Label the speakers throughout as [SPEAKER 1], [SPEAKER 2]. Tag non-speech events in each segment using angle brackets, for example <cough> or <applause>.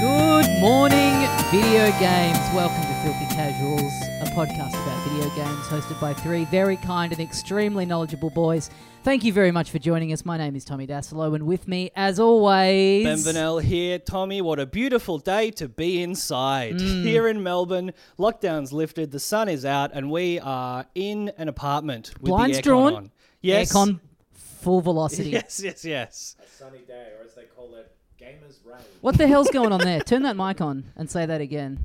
[SPEAKER 1] Good morning, video games. Welcome to Filthy Casuals, a podcast about video games hosted by three very kind and extremely knowledgeable boys. Thank you very much for joining us. My name is Tommy Dasilo, and with me, as always,
[SPEAKER 2] Ben Vanel here. Tommy, what a beautiful day to be inside.
[SPEAKER 3] Mm.
[SPEAKER 2] Here in Melbourne, lockdown's lifted, the sun is out, and we are in an apartment with
[SPEAKER 1] blinds
[SPEAKER 2] the aircon
[SPEAKER 1] drawn,
[SPEAKER 2] on. Yes. <laughs>
[SPEAKER 1] aircon full
[SPEAKER 3] <laughs>
[SPEAKER 1] velocity.
[SPEAKER 2] Yes, yes, yes.
[SPEAKER 3] sunny day, or as they call it, gamers rain.
[SPEAKER 1] What the hell's going on there? Turn that mic on and say that again.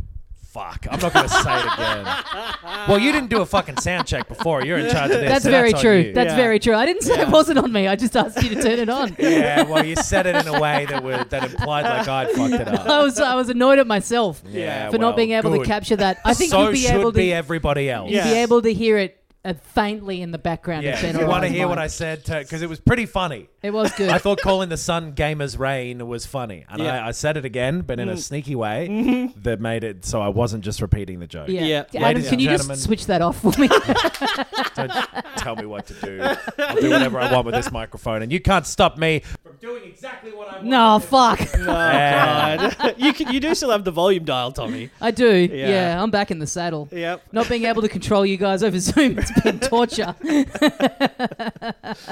[SPEAKER 3] Fuck, I'm not gonna say it again. <laughs> well, you didn't do a fucking sound check before. You're in charge of this.
[SPEAKER 1] That's
[SPEAKER 3] so
[SPEAKER 1] very
[SPEAKER 3] on
[SPEAKER 1] true.
[SPEAKER 3] you.
[SPEAKER 1] That's
[SPEAKER 2] Yeah.
[SPEAKER 1] very true. I didn't say it wasn't on me. I just asked you to turn it on.
[SPEAKER 3] <laughs> yeah, well, you said it in a way that would that implied like I'd fucked it up.
[SPEAKER 1] <laughs> I was I was annoyed at myself
[SPEAKER 3] Yeah,
[SPEAKER 1] for not
[SPEAKER 3] well,
[SPEAKER 1] being able to
[SPEAKER 3] good.
[SPEAKER 1] capture that. I think
[SPEAKER 3] so
[SPEAKER 1] you'll be
[SPEAKER 3] should
[SPEAKER 1] able to
[SPEAKER 3] be everybody else.
[SPEAKER 1] you'll
[SPEAKER 2] Yeah.
[SPEAKER 1] be able to hear it uh, faintly in the background. of
[SPEAKER 3] Yeah,
[SPEAKER 1] Ben
[SPEAKER 3] if you want to
[SPEAKER 1] O'Brien's
[SPEAKER 3] hear what I
[SPEAKER 1] mind.
[SPEAKER 3] said, because it was pretty funny.
[SPEAKER 1] It was good.
[SPEAKER 3] <laughs> I thought calling the sun "Gamers Rain" was funny, and
[SPEAKER 2] Yeah.
[SPEAKER 3] I, I said it again, but in a sneaky way that made it so I wasn't just repeating the joke.
[SPEAKER 1] yeah.
[SPEAKER 2] Yeah.
[SPEAKER 1] Adam,
[SPEAKER 3] Ladies
[SPEAKER 1] can
[SPEAKER 3] and
[SPEAKER 1] you
[SPEAKER 3] gentlemen.
[SPEAKER 1] just switch that off for
[SPEAKER 3] <laughs>
[SPEAKER 1] me?
[SPEAKER 3] Don't <laughs> tell me what to do. I'll do whatever I want with this microphone, and you can't stop me from doing exactly what I want.
[SPEAKER 1] no, fuck.
[SPEAKER 2] Oh, God. <laughs> you, can, you do still have the volume dial, Tommy.
[SPEAKER 1] I do. Yeah.
[SPEAKER 2] Yeah.
[SPEAKER 1] I'm back in the saddle.
[SPEAKER 2] Yep.
[SPEAKER 1] Not being able to control you guys over <laughs> Zoom, it's been torture. <laughs> but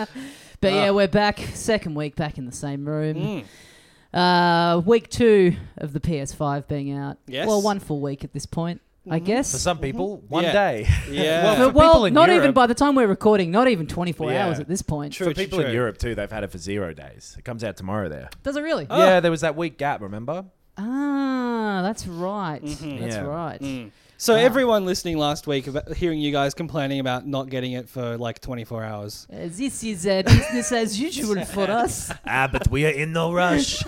[SPEAKER 1] yeah,
[SPEAKER 3] Ah.
[SPEAKER 1] we're back. Second week back in the same
[SPEAKER 2] Mm.
[SPEAKER 1] room. Uh, week two of the PS5 being out.
[SPEAKER 2] Yes. Mm-hmm.
[SPEAKER 1] Well, one full week at this point, I guess.
[SPEAKER 3] For some people, one
[SPEAKER 2] Yeah.
[SPEAKER 3] day.
[SPEAKER 2] Yeah.
[SPEAKER 3] Well,
[SPEAKER 1] But
[SPEAKER 3] Mm-hmm. for
[SPEAKER 1] well,
[SPEAKER 3] people in
[SPEAKER 1] not
[SPEAKER 3] Europe-
[SPEAKER 1] even by the time we're recording, not even 24
[SPEAKER 3] Yeah.
[SPEAKER 1] hours at this point.
[SPEAKER 2] True.
[SPEAKER 3] For people in
[SPEAKER 2] True.
[SPEAKER 3] Europe too, they've had it for zero days. It comes out tomorrow there. Oh.
[SPEAKER 1] Does it really?
[SPEAKER 3] Yeah, there was that week gap. Remember?
[SPEAKER 1] Ah, that's right. That's
[SPEAKER 3] Yeah.
[SPEAKER 1] right.
[SPEAKER 3] Ah.
[SPEAKER 2] So everyone listening last week, about hearing you guys complaining about not getting it for like 24 hours.
[SPEAKER 1] Uh, this is uh, business as usual for us.
[SPEAKER 3] Ah, but we are in no <laughs> rush.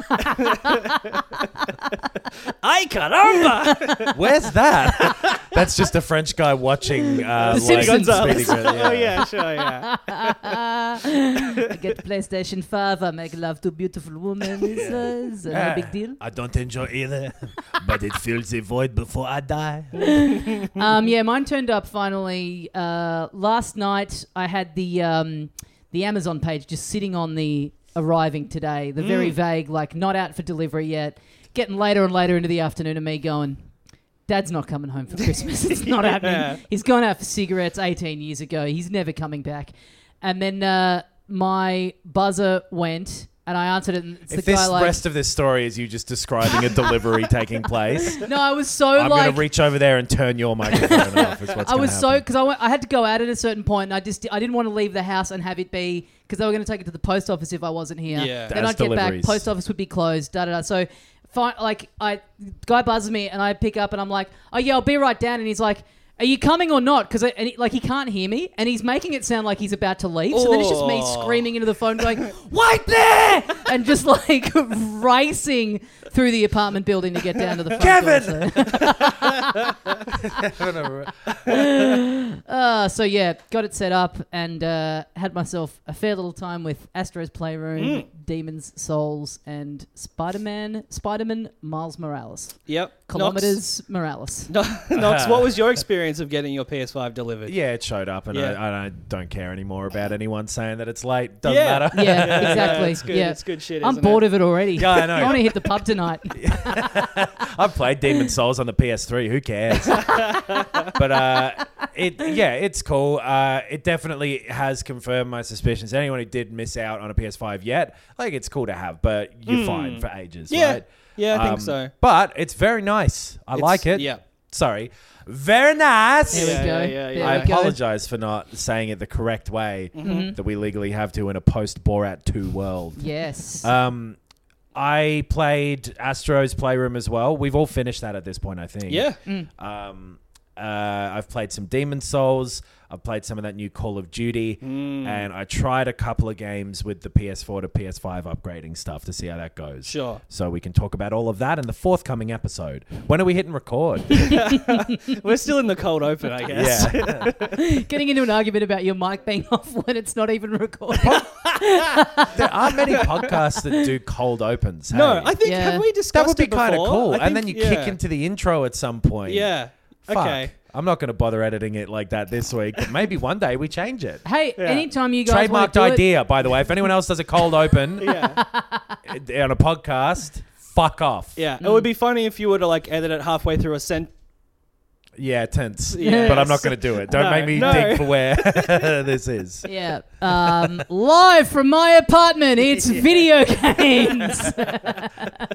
[SPEAKER 2] I caramba!
[SPEAKER 3] <laughs> Where's that? <laughs> That's just a French guy watching. Uh,
[SPEAKER 1] The
[SPEAKER 3] like,
[SPEAKER 1] Simpsons.
[SPEAKER 3] Speedy <laughs> Gonzales.
[SPEAKER 2] oh yeah, sure, yeah.
[SPEAKER 1] I get PlayStation 5. I make love to beautiful women. It's, uh, it's
[SPEAKER 3] Yeah.
[SPEAKER 1] no big deal.
[SPEAKER 3] I don't enjoy either, but it fills the void before I die. Mm-hmm.
[SPEAKER 1] Um, yeah, mine turned up finally uh, last night. I had the um, the Amazon page just sitting on the arriving today.
[SPEAKER 3] Mm.
[SPEAKER 1] The very vague, like not out for delivery yet. Getting later and later into the afternoon, and me going. Dad's not coming home for Christmas. It's
[SPEAKER 3] <laughs>
[SPEAKER 1] not
[SPEAKER 2] Yeah.
[SPEAKER 1] happening. He's gone out for cigarettes 18 years ago. He's never coming back. And then uh, my buzzer went, and I answered it. And it's
[SPEAKER 3] if
[SPEAKER 1] the
[SPEAKER 3] this
[SPEAKER 1] guy like,
[SPEAKER 3] rest of this story is you just describing a delivery
[SPEAKER 1] <laughs>
[SPEAKER 3] taking place,
[SPEAKER 1] no, I was so
[SPEAKER 3] I'm
[SPEAKER 1] like,
[SPEAKER 3] gonna reach over there and turn your microphone off.
[SPEAKER 1] <laughs>
[SPEAKER 3] Is what's
[SPEAKER 1] I
[SPEAKER 3] gonna
[SPEAKER 1] was so
[SPEAKER 3] happen.
[SPEAKER 1] because I, went- I had to go out at a certain point, and I just I didn't want to leave the house and have it be because they were going to take it to the post office if I wasn't here.
[SPEAKER 2] Yeah.
[SPEAKER 1] Then
[SPEAKER 3] As
[SPEAKER 1] I'd get back,
[SPEAKER 3] deliveries.
[SPEAKER 1] post office would be closed. Da da da. So, fine, like I guy buzzes me, and I pick up, and I'm like, oh yeah, I'll be right down, and he's like. Are you coming or not? Because like he can't hear me, and he's making it sound like he's about to leave. So then it's just me
[SPEAKER 2] Oh.
[SPEAKER 1] screaming into the phone, going, "Wait there!" <laughs> and just like <laughs> racing through the apartment building to get down to the front door,
[SPEAKER 3] Kevin!
[SPEAKER 1] so-
[SPEAKER 3] so.
[SPEAKER 1] Uh, so yeah, got it set up and uh, had myself a fair little time with Astro's Playroom,
[SPEAKER 2] Hmm.
[SPEAKER 1] Demons Souls, and Spider Man. Spider Man Miles Morales,
[SPEAKER 2] <laughs> Yep. Knox-
[SPEAKER 1] kilometers Morales.
[SPEAKER 2] No, <laughs> Knox, what was your experience of getting your PS5 delivered.
[SPEAKER 3] Yeah, it showed up, and
[SPEAKER 2] Yeah.
[SPEAKER 3] I, I don't care anymore about anyone saying that it's late. Doesn't
[SPEAKER 2] Yeah.
[SPEAKER 3] matter.
[SPEAKER 1] Yeah, exactly.
[SPEAKER 2] it's good-
[SPEAKER 1] yeah.
[SPEAKER 2] it's good shit,
[SPEAKER 1] I'm
[SPEAKER 2] isn't
[SPEAKER 1] bored
[SPEAKER 2] it?
[SPEAKER 1] of it already.
[SPEAKER 3] Yeah,
[SPEAKER 1] <laughs>
[SPEAKER 3] I know.
[SPEAKER 1] I want to hit the pub
[SPEAKER 2] <laughs>
[SPEAKER 1] tonight.
[SPEAKER 3] <laughs> I've played Demon Souls on the PS3.
[SPEAKER 1] <laughs>
[SPEAKER 3] Who cares? but uh, it yeah, it's cool. Uh, it definitely has confirmed my suspicions. Anyone who did miss out on a PS5 yet, like it's cool to have, but you're
[SPEAKER 1] Hmm.
[SPEAKER 3] fine for ages.
[SPEAKER 2] Yeah.
[SPEAKER 3] right?
[SPEAKER 2] Yeah, I think
[SPEAKER 3] Um,
[SPEAKER 2] so.
[SPEAKER 3] But it's very nice. I
[SPEAKER 2] It's-
[SPEAKER 3] like it.
[SPEAKER 2] yeah.
[SPEAKER 3] Sorry. Very nice.
[SPEAKER 1] There we
[SPEAKER 2] Yeah,
[SPEAKER 1] go.
[SPEAKER 2] yeah, yeah,
[SPEAKER 1] There
[SPEAKER 2] yeah.
[SPEAKER 3] I
[SPEAKER 1] we go.
[SPEAKER 3] apologize for not saying it the correct way
[SPEAKER 2] Mm-hmm.
[SPEAKER 3] that we legally have to in a post Borat 2 world.
[SPEAKER 1] Yes.
[SPEAKER 2] Uh,
[SPEAKER 3] Um, I played Astro's Playroom as well. We've all finished that at this point, I think.
[SPEAKER 2] Yeah.
[SPEAKER 1] Mm.
[SPEAKER 3] Um, uh, I've played some Demon Souls. I've played some of that new Call of Duty,
[SPEAKER 2] Hmm.
[SPEAKER 3] and I tried a couple of games with the PS4 to PS5 upgrading stuff to see how that goes.
[SPEAKER 2] Sure.
[SPEAKER 3] So we can talk about all of that in the forthcoming episode. When are we hitting record?
[SPEAKER 2] <laughs> We're still in the cold open, <laughs> I guess.
[SPEAKER 3] yeah.
[SPEAKER 1] <laughs> Getting into an argument about your mic being <laughs> off when it's not even recorded.
[SPEAKER 3] there aren't many podcasts that do cold
[SPEAKER 2] <laughs>
[SPEAKER 3] opens.
[SPEAKER 2] No,
[SPEAKER 3] hey?
[SPEAKER 2] I think
[SPEAKER 1] Yeah.
[SPEAKER 2] have we
[SPEAKER 3] that
[SPEAKER 2] discussed
[SPEAKER 3] would be
[SPEAKER 2] it before?
[SPEAKER 3] kind of cool.
[SPEAKER 2] I
[SPEAKER 3] and
[SPEAKER 2] think-
[SPEAKER 3] then you
[SPEAKER 2] yeah.
[SPEAKER 3] kick into the intro at some point.
[SPEAKER 2] Yeah.
[SPEAKER 3] Fuck.
[SPEAKER 2] Okay.
[SPEAKER 3] I'm not going to bother editing it like that this week. But maybe one day we
[SPEAKER 2] <laughs>
[SPEAKER 3] change it.
[SPEAKER 1] hey, anytime you guys want
[SPEAKER 3] Trademarked
[SPEAKER 1] to do it,
[SPEAKER 3] idea, by the way. If anyone else does a cold open
[SPEAKER 2] Yeah.
[SPEAKER 1] <laughs>
[SPEAKER 3] <laughs> on a podcast, fuck off.
[SPEAKER 2] Yeah.
[SPEAKER 1] Mm.
[SPEAKER 2] It would be funny if you were to like edit it halfway through a sentence.
[SPEAKER 3] Yeah, tense.
[SPEAKER 2] Yes.
[SPEAKER 3] But I'm not going to do it. Don't
[SPEAKER 2] No,
[SPEAKER 3] make me
[SPEAKER 2] no.
[SPEAKER 3] dig for where <laughs> this is.
[SPEAKER 1] Yeah. Um, live from my apartment,
[SPEAKER 3] <laughs>
[SPEAKER 1] it's video games. <laughs>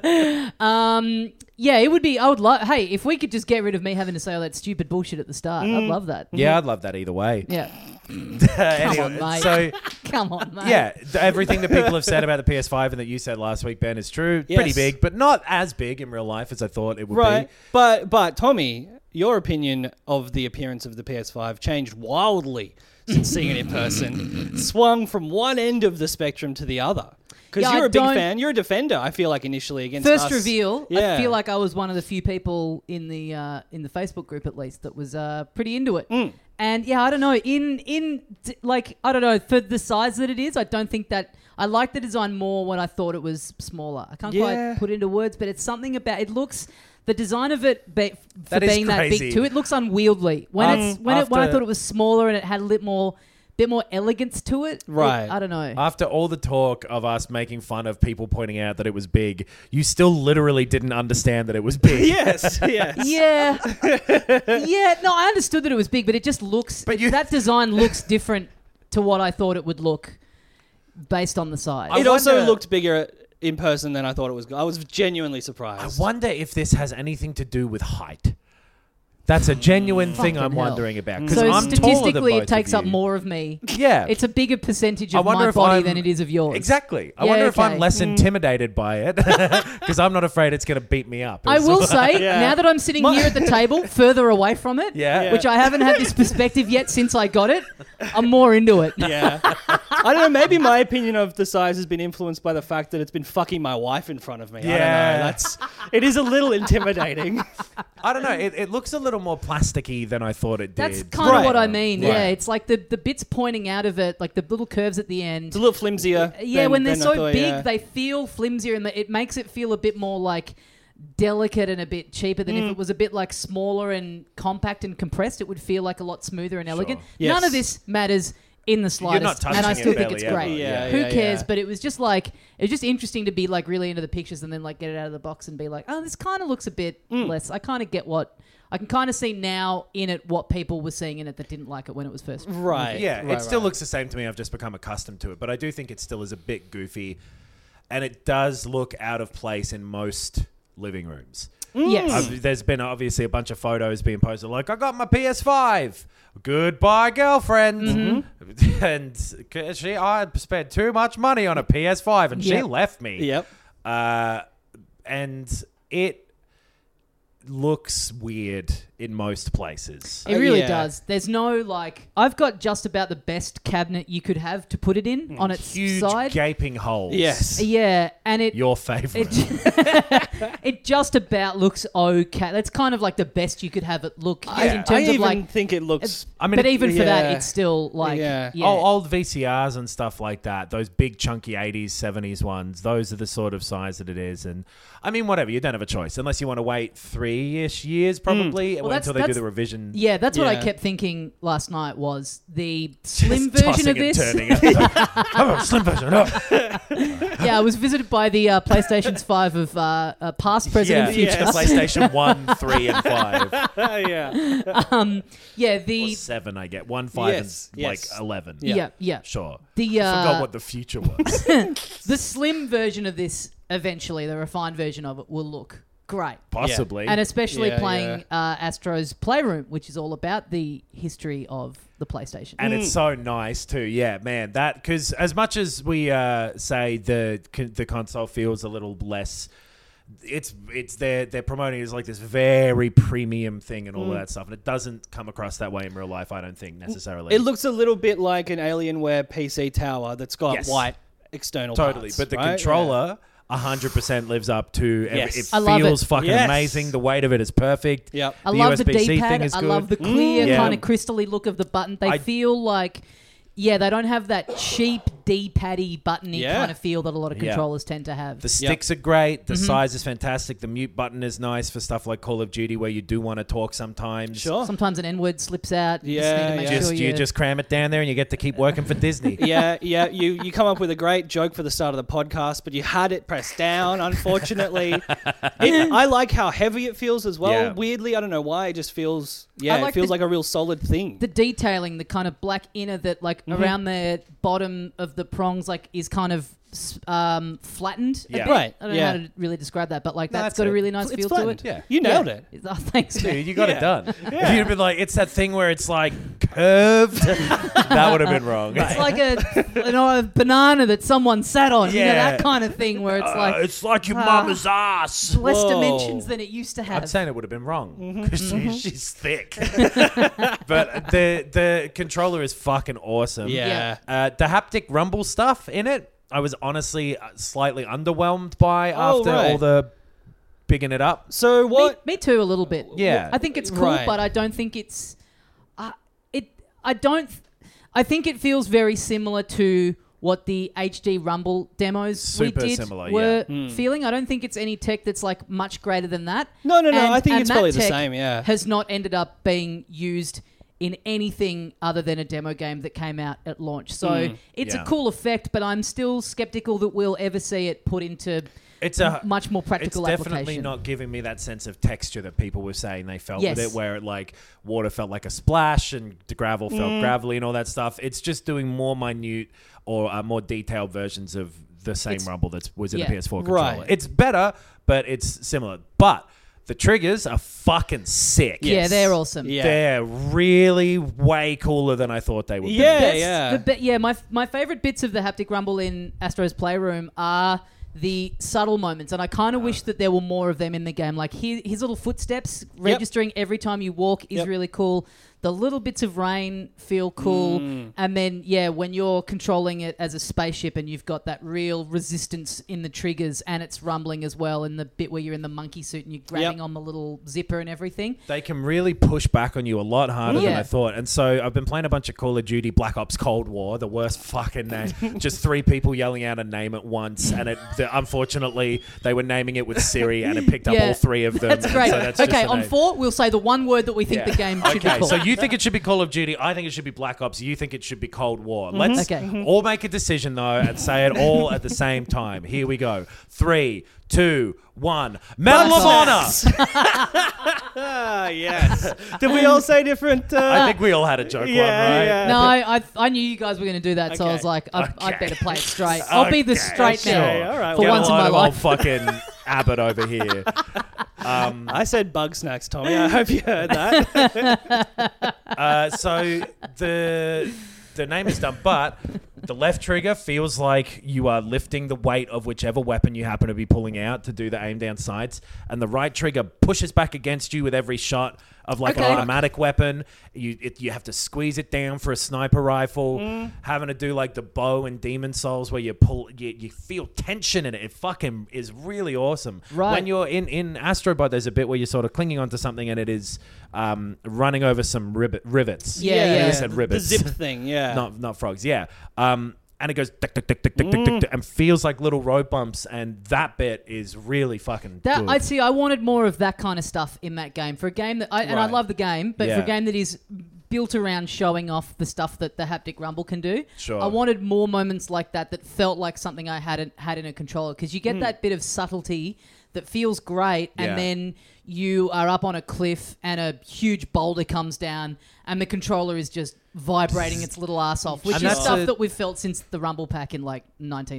[SPEAKER 1] um, yeah, it would be. I would love. Hey, if we could just get rid of me having to say all that stupid bullshit at the start, I'd love that.
[SPEAKER 3] Mm. Yeah, I'd love that
[SPEAKER 1] <laughs>
[SPEAKER 3] either way.
[SPEAKER 1] Yeah.
[SPEAKER 3] Anyway,
[SPEAKER 1] on, mate.
[SPEAKER 3] So,
[SPEAKER 1] Come on, mate.
[SPEAKER 3] yeah, th- everything that people have said about the PS5 and that you said last week, Ben, is true. Pretty
[SPEAKER 2] Yes.
[SPEAKER 3] big, but not as big in real life as I thought it would
[SPEAKER 2] Right.
[SPEAKER 3] be.
[SPEAKER 2] But but Tommy, your opinion of the appearance of the PS5 changed wildly since seeing it in
[SPEAKER 3] <laughs>
[SPEAKER 2] person. Swung from one end of the spectrum to the other. Because
[SPEAKER 1] Yeah, I
[SPEAKER 2] you're a big
[SPEAKER 1] don't-
[SPEAKER 2] fan, you're a defender. I feel like initially against
[SPEAKER 1] First
[SPEAKER 2] us.
[SPEAKER 1] reveal.
[SPEAKER 2] Yeah.
[SPEAKER 1] I feel like I was one of the few people in the uh, in the Facebook group, at least, that was uh, pretty into it. And yeah, I don't know. In in d- like I don't know for the size that it is, I don't think that I like the design more when I thought it was smaller. I can't
[SPEAKER 2] Yeah.
[SPEAKER 1] quite put it into words, but it's something about it looks. The design of it, be, for
[SPEAKER 3] That is
[SPEAKER 1] being that
[SPEAKER 3] crazy.
[SPEAKER 1] big too, it looks unwieldy. When
[SPEAKER 3] Um,
[SPEAKER 1] it's when it, when I
[SPEAKER 3] after-
[SPEAKER 1] thought it was smaller and it had a little more, bit more elegance to it. it-
[SPEAKER 2] Right.
[SPEAKER 1] I don't know.
[SPEAKER 3] After all the talk of us making fun of people pointing out that it was big, you still literally didn't understand that it was
[SPEAKER 2] <laughs>
[SPEAKER 3] big.
[SPEAKER 2] Yes, yes.
[SPEAKER 3] <laughs>
[SPEAKER 1] Yeah. yeah. No, I understood that it was big, but it just looks.
[SPEAKER 3] But you-
[SPEAKER 1] that design looks different to what I thought it would look, based on the size.
[SPEAKER 2] It
[SPEAKER 3] I
[SPEAKER 2] also
[SPEAKER 3] wonder-
[SPEAKER 2] looked bigger in person than I thought it was. go- I was genuinely
[SPEAKER 3] I
[SPEAKER 2] surprised.
[SPEAKER 3] wonder if this has anything to do with height. That's a genuine thing I'm
[SPEAKER 1] Mm. hell. Mm.
[SPEAKER 3] wondering about. Because
[SPEAKER 1] so
[SPEAKER 3] I'm taller than
[SPEAKER 1] statistically,
[SPEAKER 3] both
[SPEAKER 1] it
[SPEAKER 3] of
[SPEAKER 1] takes up
[SPEAKER 3] you.
[SPEAKER 1] more of me.
[SPEAKER 3] Yeah.
[SPEAKER 1] <laughs> It's a bigger percentage
[SPEAKER 3] I
[SPEAKER 1] of
[SPEAKER 3] wonder
[SPEAKER 1] my
[SPEAKER 3] if
[SPEAKER 1] body
[SPEAKER 3] I'm-
[SPEAKER 1] than it is of yours.
[SPEAKER 3] Exactly. I
[SPEAKER 1] Yeah,
[SPEAKER 3] wonder if I'm
[SPEAKER 1] okay. Mm.
[SPEAKER 3] less intimidated by
[SPEAKER 1] <laughs>
[SPEAKER 3] it <laughs> because I'm not afraid it's going to beat me up.
[SPEAKER 1] I
[SPEAKER 3] It's
[SPEAKER 1] will
[SPEAKER 3] like- <laughs>
[SPEAKER 1] say,
[SPEAKER 2] Yeah.
[SPEAKER 1] now that I'm sitting here at the table, further away from it,
[SPEAKER 3] Yeah. Yeah.
[SPEAKER 1] which I haven't had this perspective yet since I got it, I'm more into it.
[SPEAKER 2] Yeah.
[SPEAKER 1] <laughs>
[SPEAKER 2] I don't know. Maybe my opinion of the size has been influenced by the fact that it's been fucking my wife in front of me. I don't
[SPEAKER 3] <laughs> Yeah.
[SPEAKER 2] know. That's, it is a little
[SPEAKER 3] <laughs>
[SPEAKER 2] intimidating.
[SPEAKER 3] I don't know. It, it looks a little more plasticky than I thought it did.
[SPEAKER 1] That's kind of
[SPEAKER 2] Right.
[SPEAKER 1] what I mean.
[SPEAKER 3] Right.
[SPEAKER 1] Yeah, it's like the, the bits pointing out of it, like the little curves at the end.
[SPEAKER 2] It's a little flimsier.
[SPEAKER 1] Yeah,
[SPEAKER 2] than-
[SPEAKER 1] when they're
[SPEAKER 2] than I
[SPEAKER 1] so
[SPEAKER 2] thought,
[SPEAKER 1] big,
[SPEAKER 2] yeah.
[SPEAKER 1] they feel flimsier, and it makes it feel a bit more like delicate and a bit cheaper than
[SPEAKER 2] Mm.
[SPEAKER 1] if it was a bit like smaller and compact and compressed. It would feel like a lot smoother and elegant.
[SPEAKER 2] Yes.
[SPEAKER 1] None of this matters in the slightest,
[SPEAKER 3] not touching
[SPEAKER 1] and I
[SPEAKER 3] it
[SPEAKER 1] still think
[SPEAKER 3] barely
[SPEAKER 1] it's
[SPEAKER 3] ever,
[SPEAKER 1] great.
[SPEAKER 2] yeah.
[SPEAKER 1] Who
[SPEAKER 2] Yeah, yeah,
[SPEAKER 1] cares?
[SPEAKER 2] yeah.
[SPEAKER 1] But it was just like it was just interesting to be like really into the pictures and then like get it out of the box and be like, oh, this kind of looks a bit
[SPEAKER 2] Mm.
[SPEAKER 1] less. I kind of get what. I can kind of see now in it what people were seeing in it that didn't like it when it was first.
[SPEAKER 2] Right.
[SPEAKER 3] Yeah,
[SPEAKER 2] right,
[SPEAKER 3] it
[SPEAKER 2] right.
[SPEAKER 3] still looks the same to me. I've just become accustomed to it, but I do think it still is a bit goofy, and it does look out of place in most living rooms.
[SPEAKER 2] Mm.
[SPEAKER 1] Yes.
[SPEAKER 3] I've, there's been obviously a bunch of photos being posted, like I got my PS5. Goodbye, girlfriend. <laughs> and c- she, I spent too much money on a PS5, and she
[SPEAKER 1] Yep.
[SPEAKER 3] left me.
[SPEAKER 2] Yep.
[SPEAKER 3] Uh, and it looks weird in most places.
[SPEAKER 1] It really
[SPEAKER 2] yeah.
[SPEAKER 1] does. There's no like I've got just about the best cabinet you could have to put it in on its
[SPEAKER 3] Mm. Huge
[SPEAKER 1] side.
[SPEAKER 3] gaping holes.
[SPEAKER 2] Yes.
[SPEAKER 1] yeah, and it
[SPEAKER 3] Your favorite.
[SPEAKER 1] it, it just about looks okay. That's kind of like the best you could have it look
[SPEAKER 2] I,
[SPEAKER 1] in
[SPEAKER 2] I
[SPEAKER 1] terms of
[SPEAKER 2] even
[SPEAKER 1] like.
[SPEAKER 2] think it
[SPEAKER 3] <laughs>
[SPEAKER 2] looks.
[SPEAKER 3] I mean,
[SPEAKER 1] but
[SPEAKER 3] it-
[SPEAKER 1] even for that,
[SPEAKER 2] yeah.
[SPEAKER 1] it's still like
[SPEAKER 2] Yeah.
[SPEAKER 1] yeah.
[SPEAKER 3] Oh, old VCRs and stuff like that. Those big chunky 80s, 70s ones. Those are the sort of size that it is. And I mean, whatever. You don't have a choice unless you want to wait three ish years, probably.
[SPEAKER 1] Hmm. Well, that's-
[SPEAKER 3] until they do
[SPEAKER 1] that's-
[SPEAKER 3] the revision. <laughs>
[SPEAKER 1] Yeah, that's what I
[SPEAKER 2] Yeah.
[SPEAKER 1] kept thinking last night was the
[SPEAKER 3] Just
[SPEAKER 1] slim version
[SPEAKER 3] tossing
[SPEAKER 1] of
[SPEAKER 3] and
[SPEAKER 1] this.
[SPEAKER 3] turning it. oh, slim version. Oh.
[SPEAKER 1] <laughs> yeah, I was visited by the uh,
[SPEAKER 3] <laughs>
[SPEAKER 1] PlayStation's 5 of uh, uh, past, present,
[SPEAKER 3] yeah,
[SPEAKER 1] and future. <laughs>
[SPEAKER 3] yeah, PlayStation One, Three, and Five,
[SPEAKER 2] yeah.
[SPEAKER 1] Yeah,
[SPEAKER 3] or
[SPEAKER 1] the.
[SPEAKER 3] Seven. I get one, five,
[SPEAKER 2] Yes,
[SPEAKER 3] and
[SPEAKER 2] yes.
[SPEAKER 3] like eleven.
[SPEAKER 1] Yeah, yeah.
[SPEAKER 3] Sure.
[SPEAKER 1] The, uh,
[SPEAKER 3] Forgot what the
[SPEAKER 1] <laughs>
[SPEAKER 3] future was.
[SPEAKER 1] the slim version of this, eventually, the refined version of it, will look great.
[SPEAKER 3] Possibly.
[SPEAKER 1] And especially
[SPEAKER 2] Yeah,
[SPEAKER 1] playing Uh, Astro's Playroom, which is all about the history of the PlayStation.
[SPEAKER 3] and it's so nice too. Yeah, man, that because as much as we uh, say the con- the console feels a little less, it's it's they're they're promoting it as like this very premium thing and all of that stuff, and it doesn't come across that way in real life. I don't think necessarily.
[SPEAKER 2] It looks a little bit like an Alienware PC tower that's got
[SPEAKER 3] Yes.
[SPEAKER 2] white external
[SPEAKER 3] totally,
[SPEAKER 2] parts,
[SPEAKER 3] but the
[SPEAKER 2] right? Yeah.
[SPEAKER 3] controller. 100% lives up to every-
[SPEAKER 2] Yes.
[SPEAKER 3] it
[SPEAKER 1] I love
[SPEAKER 3] feels
[SPEAKER 1] it.
[SPEAKER 3] fucking
[SPEAKER 2] Yes.
[SPEAKER 3] amazing the weight of it is perfect
[SPEAKER 2] Yep.
[SPEAKER 1] I
[SPEAKER 3] the
[SPEAKER 1] love the
[SPEAKER 3] USB-C
[SPEAKER 1] D
[SPEAKER 3] thing
[SPEAKER 1] pad.
[SPEAKER 3] is
[SPEAKER 1] I
[SPEAKER 3] good. Mm.
[SPEAKER 1] love the clear,
[SPEAKER 3] Yeah.
[SPEAKER 1] kind of crystally look of the button. They
[SPEAKER 3] I-
[SPEAKER 1] feel like, yeah, they don't have that cheap D paddy buttony
[SPEAKER 2] Yeah.
[SPEAKER 1] kind of feel that a lot of
[SPEAKER 3] Yeah.
[SPEAKER 1] controllers tend to have.
[SPEAKER 3] The sticks are great. The size is fantastic. The mute button is nice for stuff like Call of Duty where you do want to talk sometimes.
[SPEAKER 2] Sure.
[SPEAKER 1] Sometimes an N word slips out. You just need
[SPEAKER 2] Yeah,
[SPEAKER 1] to make
[SPEAKER 2] yeah.
[SPEAKER 3] Just
[SPEAKER 1] sure
[SPEAKER 3] you just cram it down there and you get to keep working for Disney.
[SPEAKER 2] yeah, yeah. You you come up with a great joke for the start of the podcast, but you had it pressed down. Unfortunately,
[SPEAKER 3] <laughs>
[SPEAKER 2] it, I like how heavy it feels as well.
[SPEAKER 3] Yeah.
[SPEAKER 2] Weirdly, I don't know why. It just feels yeah,
[SPEAKER 1] I like
[SPEAKER 2] it feels
[SPEAKER 1] the-
[SPEAKER 2] like a real solid thing.
[SPEAKER 1] the detailing, the kind of black inner that, like,
[SPEAKER 3] Mm-hmm.
[SPEAKER 1] around the bottom of the prongs, like, is kind of s- um, flattened. A
[SPEAKER 3] Yeah.
[SPEAKER 1] bit.
[SPEAKER 2] Right,
[SPEAKER 1] I don't
[SPEAKER 2] yeah.
[SPEAKER 1] know how to really describe that, but like,
[SPEAKER 3] No,
[SPEAKER 1] that's
[SPEAKER 3] that's
[SPEAKER 1] got a
[SPEAKER 3] it.
[SPEAKER 1] really nice
[SPEAKER 2] It's
[SPEAKER 1] feel to
[SPEAKER 2] flattened.
[SPEAKER 1] it.
[SPEAKER 3] Yeah.
[SPEAKER 2] You nailed
[SPEAKER 1] Yeah.
[SPEAKER 2] it.
[SPEAKER 1] Oh, thanks, man.
[SPEAKER 3] <laughs> Dude, you got
[SPEAKER 2] Yeah.
[SPEAKER 3] it <laughs> done. If you'd been like, it's that thing where it's like curved, <laughs> that would have been wrong.
[SPEAKER 1] It's like a <laughs> you know, a banana that someone sat on, you know,
[SPEAKER 3] Yeah.
[SPEAKER 1] that kind of thing where it's
[SPEAKER 3] Uh,
[SPEAKER 1] like
[SPEAKER 3] it's like your
[SPEAKER 1] ah.
[SPEAKER 3] mama's ass. Mm-hmm,
[SPEAKER 1] less
[SPEAKER 2] Whoa.
[SPEAKER 1] dimensions than it used to have.
[SPEAKER 3] I'm saying it would have been <laughs> wrong because
[SPEAKER 1] <laughs>
[SPEAKER 3] she's thick. but the the controller is fucking awesome.
[SPEAKER 2] Yeah.
[SPEAKER 1] Yeah.
[SPEAKER 3] Uh, the haptic rumble stuff in it, I was honestly uh, slightly underwhelmed by
[SPEAKER 2] Oh,
[SPEAKER 3] after
[SPEAKER 2] right.
[SPEAKER 3] all the bigging it up.
[SPEAKER 2] So
[SPEAKER 1] me,
[SPEAKER 2] what?
[SPEAKER 1] me too, a little bit.
[SPEAKER 3] Yeah.
[SPEAKER 1] I think it's cool,
[SPEAKER 2] Right.
[SPEAKER 1] but I don't think it's. I it. I don't. I think it feels very similar to what the HD Rumble demos
[SPEAKER 3] Super
[SPEAKER 1] we did
[SPEAKER 3] similar, yeah.
[SPEAKER 1] were feeling. I don't think it's any tech that's like much greater than that.
[SPEAKER 2] No, no, no, I think it's
[SPEAKER 1] that
[SPEAKER 2] probably the
[SPEAKER 1] tech
[SPEAKER 2] same, yeah.
[SPEAKER 1] has not ended up being used in anything other than a demo game that came out at launch. So it's
[SPEAKER 3] Yeah.
[SPEAKER 1] a cool effect, but I'm still skeptical that we'll ever see it put into
[SPEAKER 3] It's a
[SPEAKER 2] Uh,
[SPEAKER 1] much more
[SPEAKER 3] It's
[SPEAKER 1] practical
[SPEAKER 3] definitely
[SPEAKER 1] application.
[SPEAKER 3] not giving me that sense of texture that people were saying they felt
[SPEAKER 1] Yes.
[SPEAKER 3] with it, where it, like water felt like a splash and the gravel felt
[SPEAKER 2] Mm.
[SPEAKER 3] gravelly and all that stuff. It's just doing more minute or uh, more detailed versions of the same
[SPEAKER 1] It's-
[SPEAKER 3] rumble that was in
[SPEAKER 1] yeah.
[SPEAKER 3] the PS4
[SPEAKER 2] Right.
[SPEAKER 3] controller. It's better, but it's similar. But the triggers are fucking sick.
[SPEAKER 1] Yeah,
[SPEAKER 2] Yes.
[SPEAKER 1] they're awesome.
[SPEAKER 2] Yeah. <laughs>
[SPEAKER 3] They're really way cooler than I thought they would
[SPEAKER 2] Yeah.
[SPEAKER 3] be.
[SPEAKER 1] That's
[SPEAKER 2] yeah.
[SPEAKER 1] The bit yeah, my my favorite bits of the haptic rumble in Astro's Playroom are the subtle moments, and I kind
[SPEAKER 3] Uh.
[SPEAKER 1] of wish that there were more of them in the game. Like his, his little footsteps registering every time you walk is
[SPEAKER 2] Yep.
[SPEAKER 1] really cool. The little bits of rain feel cool,
[SPEAKER 3] Mm.
[SPEAKER 1] and then yeah, when you're controlling it as a spaceship and you've got that real resistance in the triggers and it's rumbling as well. In the bit where you're in the monkey suit and you're grabbing on the little zipper and everything.
[SPEAKER 3] They can really push back on you a lot harder than
[SPEAKER 1] Yeah.
[SPEAKER 3] I thought. And so I've been playing a bunch of Call of Duty Black Ops Cold War, the worst
[SPEAKER 1] <laughs>
[SPEAKER 3] fucking name. Just three people yelling out a name at once. And it, the, unfortunately, they were naming it with Siri and it picked up
[SPEAKER 1] Yeah.
[SPEAKER 3] all three of
[SPEAKER 1] <laughs>
[SPEAKER 3] them.
[SPEAKER 1] That's
[SPEAKER 3] And
[SPEAKER 1] great.
[SPEAKER 3] so that's just
[SPEAKER 1] okay,
[SPEAKER 3] the
[SPEAKER 1] on
[SPEAKER 3] name.
[SPEAKER 1] four, we'll say the one word that we think
[SPEAKER 3] Yeah.
[SPEAKER 1] the game should be
[SPEAKER 3] Okay,
[SPEAKER 1] called.
[SPEAKER 3] so you think it should be Call of Duty. I think it should be Black Ops. You think it should be Cold War. Let's
[SPEAKER 1] Okay. Mhm.
[SPEAKER 3] all make a decision, though, and say it all at the same time. Here we go. Three, two, one. Medal of
[SPEAKER 1] Black
[SPEAKER 3] Honor!
[SPEAKER 1] Ops.
[SPEAKER 2] Ah, yes. <laughs> Did we all say different? Uh,
[SPEAKER 3] I think we all had a joke one, right?
[SPEAKER 2] yeah,
[SPEAKER 1] No, I, I, I knew you guys were going to do that, so I
[SPEAKER 2] Okay.
[SPEAKER 1] was like, I, I'd
[SPEAKER 3] Okay.
[SPEAKER 1] better play it
[SPEAKER 3] <laughs>
[SPEAKER 1] straight. I'll be the
[SPEAKER 3] Okay,
[SPEAKER 1] straight
[SPEAKER 3] sure.
[SPEAKER 1] man
[SPEAKER 2] all right,
[SPEAKER 1] for
[SPEAKER 3] Get
[SPEAKER 2] well,
[SPEAKER 1] once
[SPEAKER 3] a
[SPEAKER 1] in
[SPEAKER 3] load
[SPEAKER 1] my
[SPEAKER 3] of
[SPEAKER 1] life.
[SPEAKER 3] Old fucking Abbott
[SPEAKER 1] <laughs>
[SPEAKER 3] over here.
[SPEAKER 2] I said bug snacks, Tommy. I hope you
[SPEAKER 1] <laughs>
[SPEAKER 2] heard <laughs> that.
[SPEAKER 3] Uh, so the the name is done, but the left trigger feels like you are lifting the weight of whichever weapon you happen to be pulling out to do the aim down sights, and the right trigger pushes back against you with every shot of like
[SPEAKER 1] Okay.
[SPEAKER 3] an automatic weapon. You it, you have to squeeze it down for a sniper rifle.
[SPEAKER 1] Mm.
[SPEAKER 3] Having to do like the bow and Demon Souls where you pull you, you feel tension in it. It fucking is really awesome.
[SPEAKER 1] Right.
[SPEAKER 3] When you you're in in Astrobot, there's a bit where you're sort of clinging onto something and it is um, running over some rivet, rivets.
[SPEAKER 1] Yeah, yeah.
[SPEAKER 3] I
[SPEAKER 1] yeah.
[SPEAKER 3] said
[SPEAKER 2] The
[SPEAKER 3] ribbons.
[SPEAKER 2] zip thing, yeah.
[SPEAKER 3] Not not frogs. Yeah. Um, and it goes tick tick tick tick tick tick tick
[SPEAKER 1] Mm.
[SPEAKER 3] tick, and feels like little road bumps, and that bit is really fucking
[SPEAKER 1] That
[SPEAKER 3] good.
[SPEAKER 1] I see. I wanted more of that kind of stuff in that game. For a game that, I, and I
[SPEAKER 3] Right.
[SPEAKER 1] love the game, but for
[SPEAKER 3] Yeah.
[SPEAKER 1] a game that is built around showing off the stuff that the haptic rumble can do,
[SPEAKER 3] Sure.
[SPEAKER 1] I wanted more moments like that that felt like something I hadn't had in a controller because you get that bit of subtlety that feels great,
[SPEAKER 3] Hmm. Yeah.
[SPEAKER 1] and then you are up on a cliff and a huge boulder comes down, and the controller is just vibrating its little ass off, which
[SPEAKER 3] And
[SPEAKER 1] is
[SPEAKER 3] that's
[SPEAKER 1] stuff
[SPEAKER 3] a-
[SPEAKER 1] that we've felt since the rumble pack in like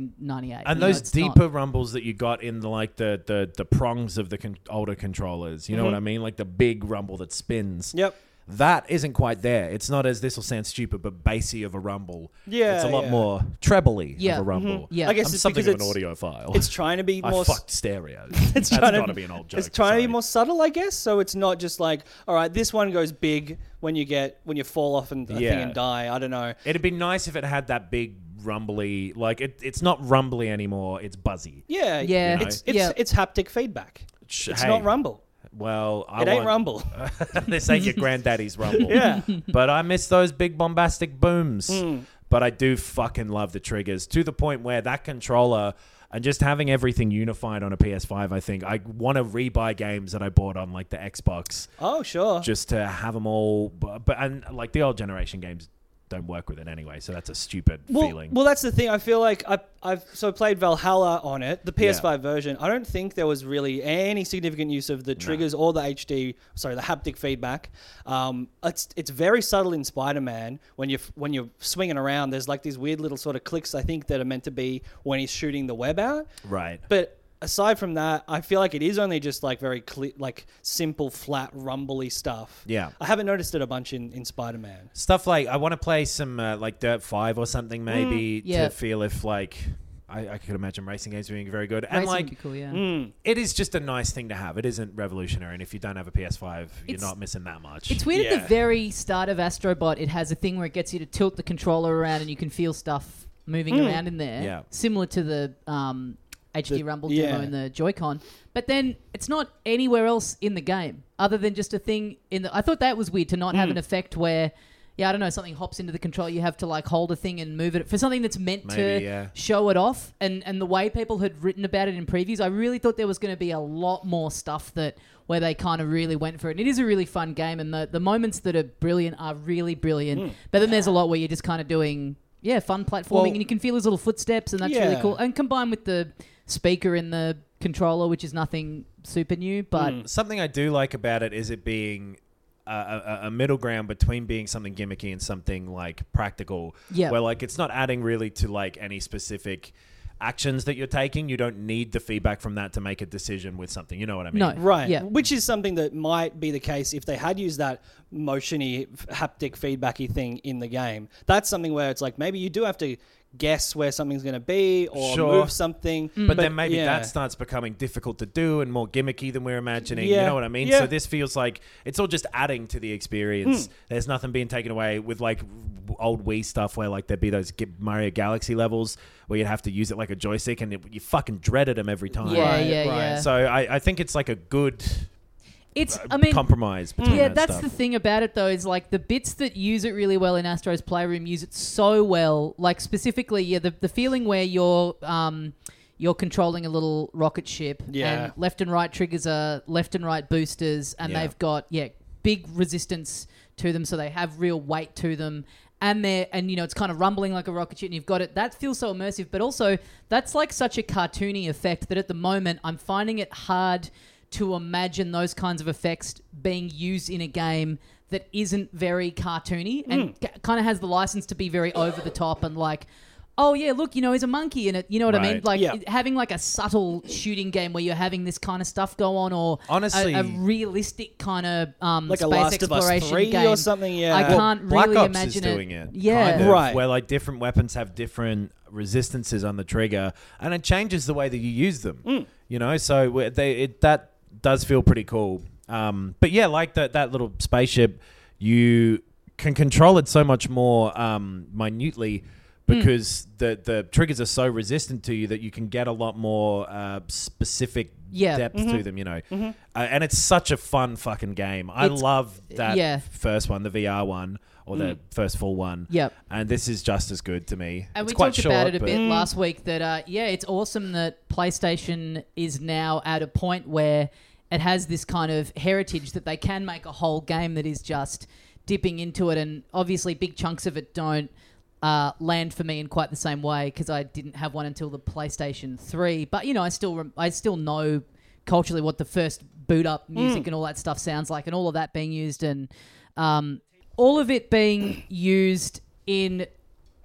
[SPEAKER 1] 1998.
[SPEAKER 3] and
[SPEAKER 1] You know,
[SPEAKER 3] those
[SPEAKER 1] it's not-
[SPEAKER 3] deeper rumbles that you got in the, like the, the the prongs of the con- older controllers, you know
[SPEAKER 1] Mm-hmm.
[SPEAKER 3] what I mean? Like the big rumble that spins.
[SPEAKER 2] Yep.
[SPEAKER 3] That isn't quite there. It's not as this will sound stupid, but bassy of a rumble.
[SPEAKER 2] Yeah,
[SPEAKER 3] it's a lot
[SPEAKER 2] yeah.
[SPEAKER 3] more trebly
[SPEAKER 1] Yeah. Mm-hmm.
[SPEAKER 3] of a rumble.
[SPEAKER 1] Yeah.
[SPEAKER 2] I guess
[SPEAKER 3] I'm
[SPEAKER 2] it's
[SPEAKER 3] something
[SPEAKER 2] because
[SPEAKER 3] of an
[SPEAKER 2] it's,
[SPEAKER 3] audiophile.
[SPEAKER 2] it's trying to be
[SPEAKER 3] I
[SPEAKER 2] more. s-
[SPEAKER 3] fucked stereo.
[SPEAKER 2] <laughs> It's
[SPEAKER 3] That's
[SPEAKER 2] trying to-
[SPEAKER 3] got to be an old joke.
[SPEAKER 2] It's trying to
[SPEAKER 3] sorry.
[SPEAKER 2] be more subtle, I guess. So it's not just like, all right, this one goes big when you get when you fall off and a
[SPEAKER 3] Yeah.
[SPEAKER 2] thing and die. I don't know.
[SPEAKER 3] It'd be nice if it had that big rumbly. Like it, it's not rumbly anymore. It's buzzy.
[SPEAKER 2] Yeah,
[SPEAKER 1] Yeah.
[SPEAKER 2] It's it's,
[SPEAKER 1] Yeah.
[SPEAKER 2] it's haptic feedback.
[SPEAKER 3] Sh-
[SPEAKER 2] It's
[SPEAKER 3] hey,
[SPEAKER 2] not rumble.
[SPEAKER 3] Well, I
[SPEAKER 2] It ain't
[SPEAKER 3] want-
[SPEAKER 2] rumble.
[SPEAKER 3] <laughs> this
[SPEAKER 2] <laughs>
[SPEAKER 3] ain't your granddaddy's rumble.
[SPEAKER 2] Yeah. Hmm.
[SPEAKER 3] but I miss those big bombastic booms. But I do fucking love the triggers to the point where that controller and just having everything unified on a PS5, I think I want to rebuy games that I bought on like the Xbox
[SPEAKER 2] Oh, sure.
[SPEAKER 3] just to have them all. But, but and like the old generation games don't work with it anyway, so that's a stupid
[SPEAKER 2] well,
[SPEAKER 3] feeling.
[SPEAKER 2] well, that's the thing. I feel like I, I've so played Valhalla on it, the PS5 version. I don't think there was really any significant use of the triggers or the HD, sorry, the haptic feedback. Um, it's it's very subtle in Spider-Man when you when you're swinging around. There's like these weird little sort of clicks. I think that are meant to be when he's shooting the web out.
[SPEAKER 3] right.
[SPEAKER 2] But aside from that, I feel like it is only just like very cle like simple, flat, rumbly stuff.
[SPEAKER 3] Yeah.
[SPEAKER 2] I haven't noticed it a bunch in in Spider-Man.
[SPEAKER 3] stuff like I want to play some uh, like Dirt Five or something maybe
[SPEAKER 1] Mm, yeah.
[SPEAKER 3] to feel if like I, I could imagine racing games being very good and
[SPEAKER 1] Racing would
[SPEAKER 3] like
[SPEAKER 1] be cool, yeah.
[SPEAKER 3] it is just a nice thing to have. It isn't revolutionary, and if you don't have a PS5, you're
[SPEAKER 1] It's-
[SPEAKER 3] not missing that much.
[SPEAKER 1] It's weird at
[SPEAKER 2] Yeah.
[SPEAKER 1] the very start of Astrobot, it has a thing where it gets you to tilt the controller around and you can feel stuff moving around in there.
[SPEAKER 3] Yeah.
[SPEAKER 1] Similar to the um, HD
[SPEAKER 2] The-
[SPEAKER 1] Rumble
[SPEAKER 2] yeah.
[SPEAKER 1] demo in the Joy-Con. But then it's not anywhere else in the game other than just a thing in the. I thought that was weird to not have an effect where. Yeah, I don't know. Something hops into the control. You have to like hold a thing and move it for something that's meant to
[SPEAKER 3] Maybe, yeah.
[SPEAKER 1] show it off. And and the way people had written about it in previews, I really thought there was going to be a lot more stuff that where they kind of really went for it. And it is a really fun game, and the the moments that are brilliant are really brilliant. But then there's a lot where you're just kind of doing yeah fun platforming,
[SPEAKER 2] Hmm. Well-
[SPEAKER 1] and you can feel his little footsteps, and that's really
[SPEAKER 2] Yeah.
[SPEAKER 1] cool. And combined with the speaker in the controller, which is nothing super new, but
[SPEAKER 2] Hmm.
[SPEAKER 3] Something I do like about it is it being a, a, a middle ground between being something gimmicky and something like practical.
[SPEAKER 1] Yeah.
[SPEAKER 3] Where like it's not adding really to like any specific actions that you're taking. You don't need the feedback from that to make a decision with something. You know what I mean?
[SPEAKER 1] No.
[SPEAKER 2] Right.
[SPEAKER 1] Yeah.
[SPEAKER 2] Which is something that might be the case if they had used that motiony, f- haptic feedbacky thing in the game. That's something where it's like maybe you do have to guess where something's going to be or
[SPEAKER 3] Sure.
[SPEAKER 2] move something.
[SPEAKER 1] Mm.
[SPEAKER 3] But, then maybe
[SPEAKER 2] yeah.
[SPEAKER 3] that starts becoming difficult to do and more gimmicky than we're imagining. You
[SPEAKER 2] Yeah.
[SPEAKER 3] know what I mean?
[SPEAKER 2] Yeah.
[SPEAKER 3] So this feels like it's all just adding to the experience.
[SPEAKER 1] Hmm.
[SPEAKER 3] There's nothing being taken away with like w- old Wii stuff where like there'd be those Gi- Mario Galaxy levels where you'd have to use it like a joystick and it, you fucking dreaded them every time.
[SPEAKER 1] yeah,
[SPEAKER 2] Right,
[SPEAKER 1] yeah,
[SPEAKER 2] right.
[SPEAKER 1] yeah.
[SPEAKER 3] So I, I think it's like a good
[SPEAKER 1] it's
[SPEAKER 3] uh,
[SPEAKER 1] I mean
[SPEAKER 3] compromise between
[SPEAKER 1] yeah,
[SPEAKER 3] that
[SPEAKER 1] that's
[SPEAKER 3] stuff.
[SPEAKER 1] the thing about it though is like the bits that use it really well in Astro's Playroom use it so well. Like specifically, yeah, the, the feeling where you're um, you're controlling a little rocket ship,
[SPEAKER 2] Yeah.
[SPEAKER 1] and left and right triggers are left and right boosters, and
[SPEAKER 3] Yeah.
[SPEAKER 1] they've got yeah big resistance to them, so they have real weight to them. And they're and you know it's kind of rumbling like a rocket ship, and you've got it. That feels so immersive, but also that's like such a cartoony effect that at the moment I'm finding it hard to imagine those kinds of effects being used in a game that isn't very cartoony
[SPEAKER 3] Hmm.
[SPEAKER 1] and c- kind of has the license to be very over the top and like oh yeah look you know he's a monkey and it you know what i mean
[SPEAKER 3] Right.
[SPEAKER 1] like
[SPEAKER 2] Yeah.
[SPEAKER 1] it- having like a subtle shooting game where you're having this kind of stuff go on or a-
[SPEAKER 3] Honestly-
[SPEAKER 1] a, realistic kind of um
[SPEAKER 2] Like a
[SPEAKER 1] space
[SPEAKER 2] Last of Us
[SPEAKER 1] exploration
[SPEAKER 2] 3 or
[SPEAKER 1] game
[SPEAKER 2] something, yeah.
[SPEAKER 1] i
[SPEAKER 2] Well,
[SPEAKER 1] can't
[SPEAKER 3] Black
[SPEAKER 1] really
[SPEAKER 3] Ops
[SPEAKER 1] imagine
[SPEAKER 3] is doing it.
[SPEAKER 1] yeah
[SPEAKER 3] kind of,
[SPEAKER 2] Right.
[SPEAKER 3] Where like different weapons have different resistances on the trigger, and it changes the way that you use them. You know, so we- they it, that does feel pretty cool. Um, but yeah, like that that little spaceship, you can control it so much more um, minutely.
[SPEAKER 1] Hmm.
[SPEAKER 3] because the the triggers are so resistant to you that you can get a lot more uh, specific
[SPEAKER 1] Yeah.
[SPEAKER 3] depth to them. You know, uh, and it's such a fun fucking game. I
[SPEAKER 1] It's-
[SPEAKER 3] love that
[SPEAKER 1] yeah.
[SPEAKER 3] first one, the VR one or the first full one.
[SPEAKER 1] Mm. Yep.
[SPEAKER 3] and this is just as good to me.
[SPEAKER 1] And
[SPEAKER 3] it's
[SPEAKER 1] Uh, we
[SPEAKER 3] quite
[SPEAKER 1] talked
[SPEAKER 3] short,
[SPEAKER 1] about it a
[SPEAKER 3] but-
[SPEAKER 1] bit last week that uh, yeah, it's awesome that PlayStation is now at a point where it has this kind of heritage that they can make a whole game that is just dipping into it, and obviously big chunks of it don't. Uh, land for me in quite the same way because I didn't have one until the PlayStation Three. But you know, I still rem- I still know culturally what the first boot up music and all that stuff sounds like, and all of that being used, and um, all of it being used in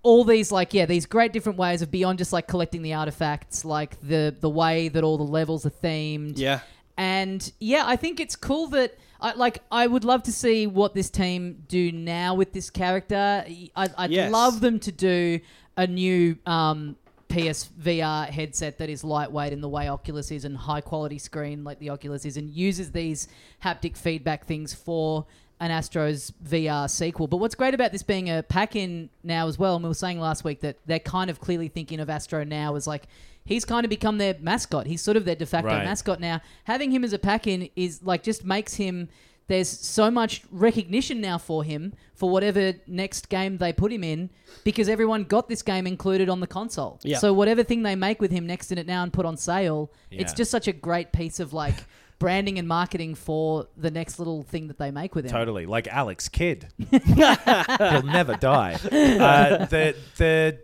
[SPEAKER 1] all these like yeah these great different ways of beyond just like collecting the artifacts like the the way that all the levels are themed
[SPEAKER 2] Yeah.
[SPEAKER 1] and yeah i think it's cool that I, like i would love to see what this team do now with this character I, i'd
[SPEAKER 2] Yes.
[SPEAKER 1] love them to do a new um PSVR headset that is lightweight in the way Oculus is and high quality screen like the Oculus is and uses these haptic feedback things for an Astros VR sequel. But what's great about this being a pack in now as well, and we were saying last week that they're kind of clearly thinking of Astro now as like he's kind of become their mascot. He's sort of their de facto
[SPEAKER 3] Right.
[SPEAKER 1] mascot now. Having him as a pack in is like just makes him there's so much recognition now for him for whatever next game they put him in because everyone got this game included on the console.
[SPEAKER 2] Yeah.
[SPEAKER 1] So whatever thing they make with him next in it now and put on sale, it's
[SPEAKER 3] Yeah.
[SPEAKER 1] just such a great piece of like <laughs> branding and marketing for the next little thing that they make with him.
[SPEAKER 3] Totally, like
[SPEAKER 1] <laughs>
[SPEAKER 3] Alex Kidd. He'll never die. Uh, the the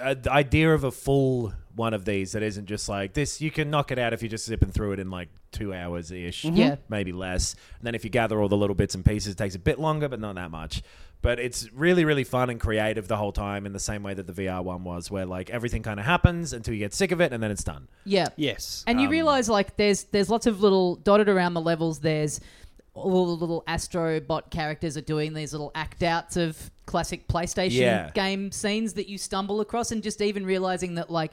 [SPEAKER 3] uh, the idea of a full one of these that isn't just like this, you can knock it out if you're just zipping through it in like two hours ish,
[SPEAKER 1] Yeah.
[SPEAKER 3] maybe less. And then if you gather all the little bits and pieces, it takes a bit longer, but not that much. But it's really, really fun and creative the whole time, in the same way that the VR one was, where like everything kind of happens until you get sick of it, and then it's done.
[SPEAKER 1] Yeah.
[SPEAKER 2] Yes.
[SPEAKER 1] And
[SPEAKER 3] Um,
[SPEAKER 1] you realize like there's there's lots of little dotted around the levels. There's all the little astrobot characters are doing these little act outs of classic PlayStation
[SPEAKER 3] Yeah.
[SPEAKER 1] game scenes that you stumble across, and just even realizing that like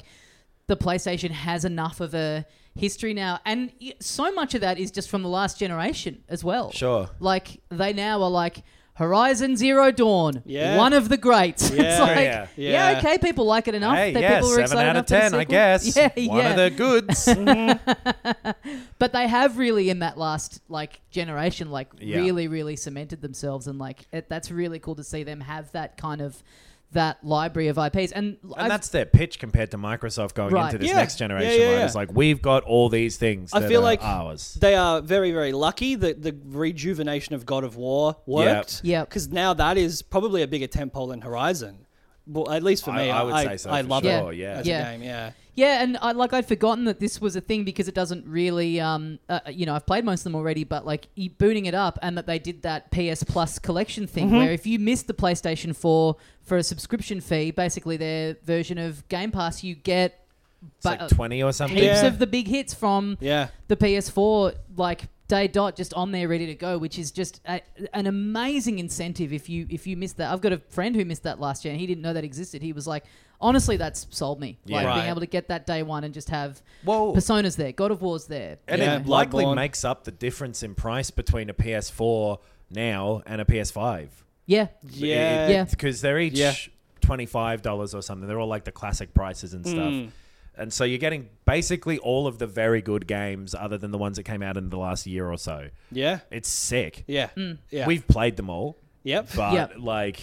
[SPEAKER 1] the PlayStation has enough of a history now, and y- so much of that is just from the last generation as well.
[SPEAKER 3] Sure.
[SPEAKER 1] like they now are like. Horizon Zero Dawn,
[SPEAKER 2] Yeah.
[SPEAKER 1] one of the greats. <laughs> it's
[SPEAKER 2] Yeah.
[SPEAKER 1] like, yeah.
[SPEAKER 3] Yeah.
[SPEAKER 2] Yeah.
[SPEAKER 1] okay, people like it enough.
[SPEAKER 3] hey,
[SPEAKER 1] that
[SPEAKER 3] yeah,
[SPEAKER 1] people were
[SPEAKER 3] seven
[SPEAKER 1] excited
[SPEAKER 3] out of
[SPEAKER 1] enough for the
[SPEAKER 3] ten, I
[SPEAKER 1] sequel.
[SPEAKER 3] guess.
[SPEAKER 1] <laughs> Yeah,
[SPEAKER 3] One
[SPEAKER 1] yeah.
[SPEAKER 3] of the goods.
[SPEAKER 1] <laughs> But they have really in that last like generation, like
[SPEAKER 3] Yeah.
[SPEAKER 1] really, really cemented themselves, and like it, that's really cool to see them have that kind of that library of IPs. And,
[SPEAKER 3] And
[SPEAKER 1] I've-
[SPEAKER 3] that's their pitch compared to Microsoft going
[SPEAKER 1] Right.
[SPEAKER 3] into this
[SPEAKER 2] Yeah.
[SPEAKER 3] next generation
[SPEAKER 2] Yeah, yeah,
[SPEAKER 3] one.
[SPEAKER 2] yeah.
[SPEAKER 3] It's like we've got all these things.
[SPEAKER 2] I
[SPEAKER 3] that
[SPEAKER 2] feel
[SPEAKER 3] are
[SPEAKER 2] like
[SPEAKER 3] ours.
[SPEAKER 2] they are very, very lucky that the rejuvenation of God of War worked.
[SPEAKER 1] Yep.
[SPEAKER 2] Because now that is probably a bigger tentpole than Horizon. Well, at least for
[SPEAKER 3] I-
[SPEAKER 2] me,
[SPEAKER 3] I
[SPEAKER 2] I,
[SPEAKER 3] would
[SPEAKER 2] I,
[SPEAKER 3] say so
[SPEAKER 2] I
[SPEAKER 3] for
[SPEAKER 2] love
[SPEAKER 1] sure,
[SPEAKER 2] it.
[SPEAKER 3] yeah.
[SPEAKER 2] As
[SPEAKER 1] Yeah.
[SPEAKER 2] a game, yeah.
[SPEAKER 1] yeah, and I like I'd forgotten that this was a thing because it doesn't really, um, uh, you know, I've played most of them already, but like e- booting it up and that they did that PS Plus collection thing
[SPEAKER 3] Mm-hmm.
[SPEAKER 1] where if you missed the PlayStation Four for a subscription fee, basically their version of Game Pass, you get.
[SPEAKER 3] It's
[SPEAKER 1] But
[SPEAKER 2] uh,
[SPEAKER 3] like twenty or something.
[SPEAKER 1] heaps
[SPEAKER 2] Yeah.
[SPEAKER 1] of the big hits from
[SPEAKER 2] Yeah.
[SPEAKER 1] the PS4 like day dot just on there ready to go, which is just a, an amazing incentive if you if you miss that. I've got a friend who missed that last year and he didn't know that existed. He was like, honestly, that's sold me. Like
[SPEAKER 3] Yeah.
[SPEAKER 1] being
[SPEAKER 2] Right.
[SPEAKER 1] able to get that day one and just have
[SPEAKER 3] Well-
[SPEAKER 1] personas there, God of War's there.
[SPEAKER 3] And
[SPEAKER 2] Yeah,
[SPEAKER 3] it likely
[SPEAKER 2] Bloodborne.
[SPEAKER 3] makes up the difference in price between a PS4 now and a PS5.
[SPEAKER 1] Yeah,
[SPEAKER 2] Yeah.
[SPEAKER 1] Yeah.
[SPEAKER 3] Because they're each
[SPEAKER 2] Yeah.
[SPEAKER 3] twenty-five dollars or something. They're all like the classic prices and stuff.
[SPEAKER 2] Mm.
[SPEAKER 3] And so you're getting basically all of the very good games, other than the ones that came out in the last year or so.
[SPEAKER 2] Yeah.
[SPEAKER 3] It's sick.
[SPEAKER 2] Yeah.
[SPEAKER 1] Mm.
[SPEAKER 2] Yeah.
[SPEAKER 3] We've played them all.
[SPEAKER 2] Yep.
[SPEAKER 3] But
[SPEAKER 1] Yep.
[SPEAKER 3] like,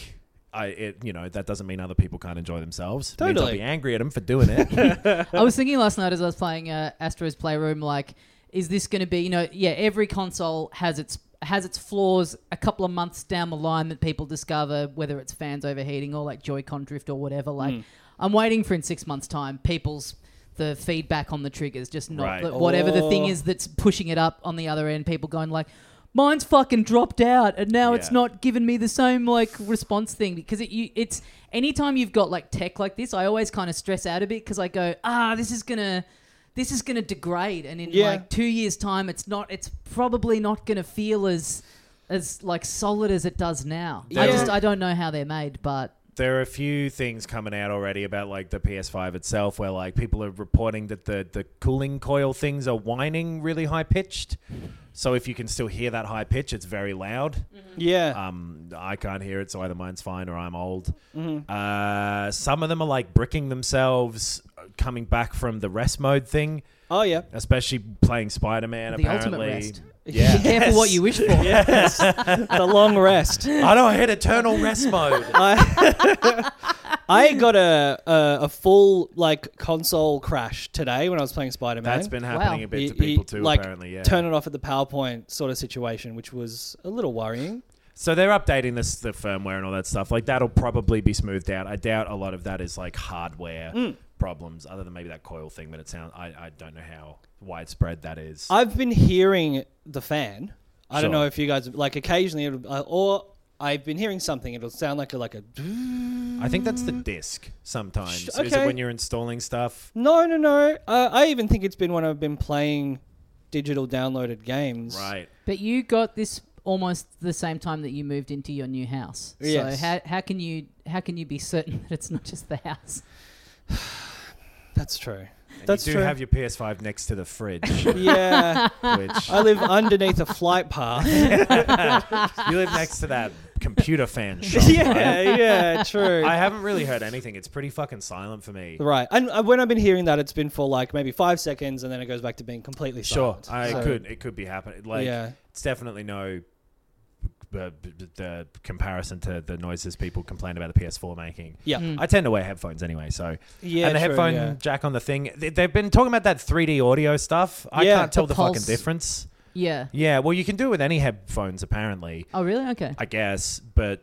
[SPEAKER 3] I it you know that doesn't mean other people can't enjoy themselves. It means I'll
[SPEAKER 2] Totally.
[SPEAKER 3] be angry at them for doing it. <laughs>
[SPEAKER 1] I was thinking last night as I was playing uh, Astro's Playroom, like, is this going to be, you know, yeah, every console has its has its flaws a couple of months down the line that people discover, whether it's fans overheating or like Joy-Con drift or whatever. Like, I'm waiting for in six months' time, people's the feedback on the triggers just not
[SPEAKER 3] Right.
[SPEAKER 1] that whatever the thing
[SPEAKER 2] Oh.
[SPEAKER 1] is that's pushing it up on the other end. People going like. Mine's fucking dropped out, and now it's
[SPEAKER 3] Yeah.
[SPEAKER 1] not giving me the same like response thing because it you it's anytime you've got like tech like this, I always kind of stress out a bit because I go ah this is gonna this is gonna degrade, and in
[SPEAKER 2] Yeah.
[SPEAKER 1] like two years time, it's not it's probably not gonna feel as as like solid as it does now. I
[SPEAKER 3] That
[SPEAKER 1] just
[SPEAKER 3] was-
[SPEAKER 1] I don't know how they're made, but
[SPEAKER 3] there are a few things coming out already about like the PS5 itself, where like people are reporting that the the cooling coil things are whining really high pitched. So if you can still hear that high pitch, it's very loud.
[SPEAKER 1] Mm.
[SPEAKER 2] Yeah.
[SPEAKER 3] Um, I can't hear it, so either mine's fine or I'm old. Uh, some of them are like bricking themselves, uh, coming back from the rest mode thing,
[SPEAKER 2] oh yeah.
[SPEAKER 3] especially playing Spider Man.
[SPEAKER 1] The ultimate
[SPEAKER 3] apparently,
[SPEAKER 1] rest.
[SPEAKER 3] <laughs> yeah.
[SPEAKER 1] Be careful what you wish for.
[SPEAKER 2] Yes. <laughs> the long rest.
[SPEAKER 3] I know I hit eternal rest mode.
[SPEAKER 2] I, <laughs> I got a, a a full like console crash today when I was playing Spider Man.
[SPEAKER 3] <laughs> That's been happening
[SPEAKER 1] Wow.
[SPEAKER 3] a bit to
[SPEAKER 2] You- you,
[SPEAKER 3] people too,
[SPEAKER 2] like,
[SPEAKER 3] apparently. Yeah.
[SPEAKER 2] Turn it off at the PowerPoint sort of situation, which was a little worrying.
[SPEAKER 3] so they're updating this the firmware and all that stuff. Like that'll probably be smoothed out. I doubt a lot of that is like hardware
[SPEAKER 2] Mm.
[SPEAKER 3] problems, other than maybe that coil thing. But it sounds I, I don't know how widespread that is.
[SPEAKER 2] I've been hearing the fan. I don't
[SPEAKER 3] Sure.
[SPEAKER 2] know if you guys like occasionally, it'll, uh, or I've been hearing something. It'll sound like a like a.
[SPEAKER 3] I think that's the disc sometimes.
[SPEAKER 2] Sh-
[SPEAKER 3] Is it
[SPEAKER 2] okay.
[SPEAKER 3] when you're installing stuff?
[SPEAKER 2] No, no, no. Uh, I even think it's been when I've been playing digital downloaded games.
[SPEAKER 3] Right.
[SPEAKER 1] But you got this almost the same time that you moved into your new house.
[SPEAKER 2] Yes.
[SPEAKER 1] So how, how can you how can you be certain <laughs> that it's not just the house?
[SPEAKER 2] That's true.
[SPEAKER 3] And
[SPEAKER 2] That's
[SPEAKER 3] you do
[SPEAKER 2] true.
[SPEAKER 3] have your PS5 next to the
[SPEAKER 2] <laughs>
[SPEAKER 3] fridge, which
[SPEAKER 2] yeah, I
[SPEAKER 3] you
[SPEAKER 2] live underneath a flight
[SPEAKER 3] <laughs>
[SPEAKER 2] path.
[SPEAKER 3] live next to that
[SPEAKER 2] <laughs>
[SPEAKER 3] computer fan shop.
[SPEAKER 2] yeah, yeah, true.
[SPEAKER 3] I haven't really heard anything. It's pretty fucking silent for me.
[SPEAKER 2] right, and uh, when I've been hearing that, it's been for like maybe five seconds, and then it goes back to being completely
[SPEAKER 3] Sure,
[SPEAKER 2] silent.
[SPEAKER 3] I
[SPEAKER 2] So-
[SPEAKER 3] could. It could be happening. Like,
[SPEAKER 2] Yeah.
[SPEAKER 3] it's definitely no uh, b- b- the comparison to the noises people complain about the PS4 making.
[SPEAKER 2] Yeah,
[SPEAKER 3] I tend to wear headphones anyway, so
[SPEAKER 2] Hmm. yeah,
[SPEAKER 3] Hmm. and the
[SPEAKER 2] true,
[SPEAKER 3] headphone
[SPEAKER 2] yeah.
[SPEAKER 3] jack on the thing. They, they've been talking about that 3D audio stuff. I
[SPEAKER 2] Yeah.
[SPEAKER 3] can't tell
[SPEAKER 1] The
[SPEAKER 3] the,
[SPEAKER 1] pulse.
[SPEAKER 3] fucking difference.
[SPEAKER 1] Yeah.
[SPEAKER 3] Yeah, well, you can do it with any headphones apparently,
[SPEAKER 1] Oh really? Okay.
[SPEAKER 3] I guess, but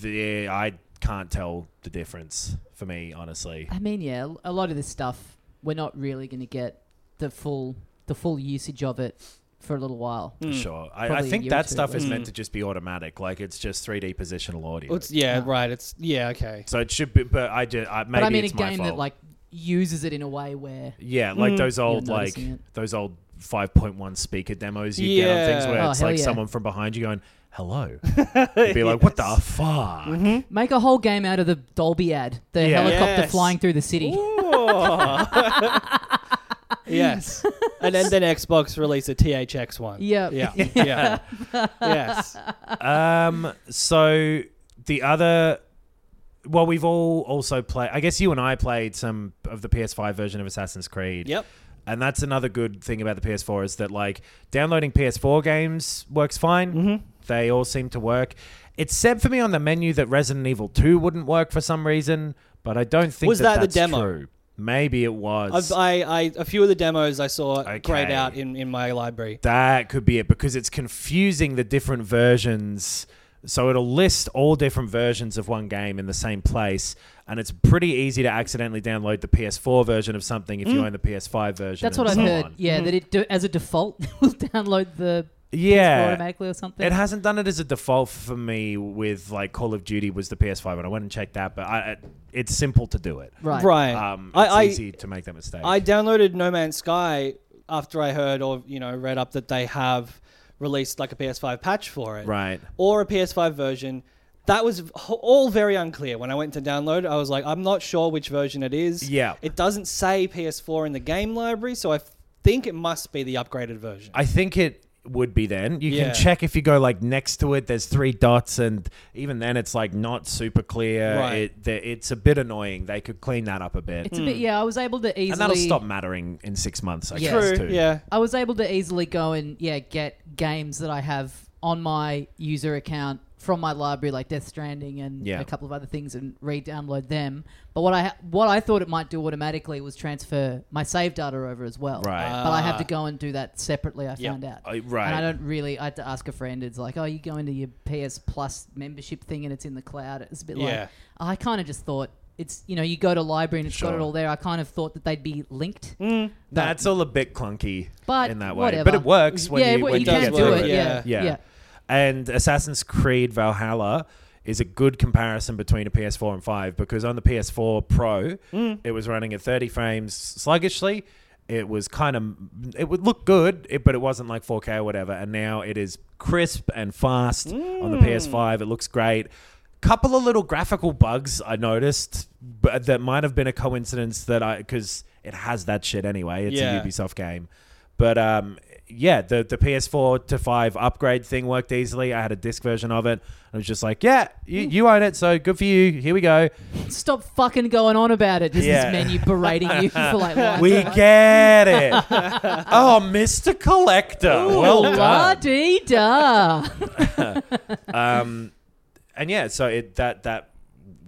[SPEAKER 3] the I can't tell the difference for me honestly.
[SPEAKER 1] I mean, yeah, a lot of this stuff we're not really going to get the full the full usage of it for a little while.
[SPEAKER 2] Hmm.
[SPEAKER 3] For Sure, I, I
[SPEAKER 1] Probably a
[SPEAKER 3] think
[SPEAKER 1] year or
[SPEAKER 3] that
[SPEAKER 1] two
[SPEAKER 3] stuff is
[SPEAKER 2] later.
[SPEAKER 3] meant to just be automatic, like it's just 3D positional audio.
[SPEAKER 2] Well, it's- yeah,
[SPEAKER 1] Yeah.
[SPEAKER 2] right. It's yeah, okay.
[SPEAKER 3] So it should be, but I just I, maybe
[SPEAKER 1] but I mean, a
[SPEAKER 3] it's my
[SPEAKER 1] game
[SPEAKER 3] fault.
[SPEAKER 1] that like uses it in a way where
[SPEAKER 3] yeah, like those old
[SPEAKER 1] You're
[SPEAKER 3] like
[SPEAKER 1] noticing it.
[SPEAKER 3] those old five point one speaker demos you get on things
[SPEAKER 2] Yeah.
[SPEAKER 3] where
[SPEAKER 1] Oh,
[SPEAKER 3] it's
[SPEAKER 1] hell
[SPEAKER 3] like
[SPEAKER 1] yeah.
[SPEAKER 3] someone from behind you going hello, you'd be like what the fuck?
[SPEAKER 1] make a whole game out of the Dolby ad, the
[SPEAKER 3] Yeah.
[SPEAKER 1] helicopter
[SPEAKER 2] Yes.
[SPEAKER 1] flying through the city.
[SPEAKER 2] <laughs> yes, and then then Xbox release a THX one.
[SPEAKER 1] Yep.
[SPEAKER 2] Yeah, yeah, yes.
[SPEAKER 3] Um, so the other. Well, we've all also played. I guess you and I played some of the PS5 version of Assassin's Creed.
[SPEAKER 2] Yep.
[SPEAKER 3] And that's another good thing about the PS4 is that like downloading PS4 games works fine.
[SPEAKER 2] Mm-hmm.
[SPEAKER 3] They all seem to work. It said for me on the menu that Resident Evil 2 wouldn't work for some reason, but I don't think
[SPEAKER 2] Was that the
[SPEAKER 3] that's
[SPEAKER 2] demo?
[SPEAKER 3] True. Maybe it was.
[SPEAKER 2] I've, I, I, a few of the demos I saw grayed
[SPEAKER 3] Okay.
[SPEAKER 2] out in, in my library.
[SPEAKER 3] That could be it because it's confusing the different versions. So it'll list all different versions of one game in the same place, and it's pretty easy to accidentally download the PS4 version of something if
[SPEAKER 2] Mm.
[SPEAKER 3] you own the PS5 version.
[SPEAKER 1] That's
[SPEAKER 3] and
[SPEAKER 1] what I've
[SPEAKER 3] so
[SPEAKER 1] heard.
[SPEAKER 3] on. Mm-hmm.
[SPEAKER 1] Yeah, that it do, as a default <laughs> will download the PS4
[SPEAKER 3] Yeah,
[SPEAKER 1] automatically or something.
[SPEAKER 3] it hasn't done it as a default for me with like Call of Duty was the PS5, and I went and checked that, but I, I, it's simple to do it.
[SPEAKER 1] right.
[SPEAKER 2] Right.
[SPEAKER 3] Um,
[SPEAKER 2] I,
[SPEAKER 3] it's
[SPEAKER 2] I,
[SPEAKER 3] easy to make that mistake.
[SPEAKER 2] I downloaded No Man's Sky after I heard or you know read up that they have released like a PS5 patch for it,
[SPEAKER 3] Right.
[SPEAKER 2] Or a PS5 version. That was h- all very unclear when I went to download. it, I was like, I'm not sure which version it is.
[SPEAKER 3] Yeah.
[SPEAKER 2] it doesn't say PS4 in the game library, so I f- think it must be the upgraded version.
[SPEAKER 3] I think it would be then. You
[SPEAKER 2] Yeah.
[SPEAKER 3] can check if you go like next to it. There's three dots, and even then, it's like not super clear.
[SPEAKER 2] Right.
[SPEAKER 3] It, the, it's a bit annoying. They could clean that up a bit,
[SPEAKER 1] It's a bit. Yeah, I was able to easily.
[SPEAKER 3] and that'll stop mattering in six months. I
[SPEAKER 1] Yeah.
[SPEAKER 3] guess
[SPEAKER 2] True.
[SPEAKER 3] too.
[SPEAKER 2] Yeah.
[SPEAKER 1] I was able to easily go and yeah get games that I have on my user account from my library, like Death Stranding and
[SPEAKER 3] Yeah.
[SPEAKER 1] a couple of other things, and re-download them. But what I ha- what I thought it might do automatically was transfer my save data over as well.
[SPEAKER 3] Right.
[SPEAKER 1] But I have to go and do that separately. I found out.
[SPEAKER 3] Uh, right.
[SPEAKER 1] And I don't really. I had to ask a friend. It's like, oh, you go into your PS Plus membership thing, and it's in the cloud. It's a bit
[SPEAKER 2] Yeah.
[SPEAKER 1] like I kind of just thought. It's you know you go to library and it's got
[SPEAKER 3] Sure.
[SPEAKER 1] it all there. I kind of thought that they'd be linked.
[SPEAKER 3] That's all a bit clunky
[SPEAKER 1] But
[SPEAKER 3] in that way,
[SPEAKER 1] whatever.
[SPEAKER 3] but it works when
[SPEAKER 1] yeah,
[SPEAKER 3] you,
[SPEAKER 1] well,
[SPEAKER 3] when
[SPEAKER 1] you
[SPEAKER 3] you
[SPEAKER 1] can
[SPEAKER 3] get
[SPEAKER 2] does
[SPEAKER 1] do
[SPEAKER 3] to
[SPEAKER 2] work,
[SPEAKER 1] it. Yeah,
[SPEAKER 3] Yeah. And Assassin's Creed Valhalla is a good comparison between a PS4 and 5 because on the PS4 Pro, it was running at 30 frames sluggishly. It was kind of, it would look good, it, but it wasn't like 4K or whatever. And now it is crisp and fast on the PS5. It looks great. couple of little graphical bugs I noticed, but that might have been a coincidence that I because it has that shit anyway. It's
[SPEAKER 2] Yeah.
[SPEAKER 3] a Ubisoft game, but um, yeah, the the PS4 to five upgrade thing worked easily. I had a disc version of it. I was just like, yeah, you, you own it, so good for you. Here we go.
[SPEAKER 1] Stop fucking going on about it. Just
[SPEAKER 3] Yeah.
[SPEAKER 1] this menu berating you for
[SPEAKER 3] <laughs>
[SPEAKER 1] like life.
[SPEAKER 3] We get it. oh, Mr. Collector, well done.
[SPEAKER 1] dee da. <laughs>
[SPEAKER 3] Um, and yeah, so it that that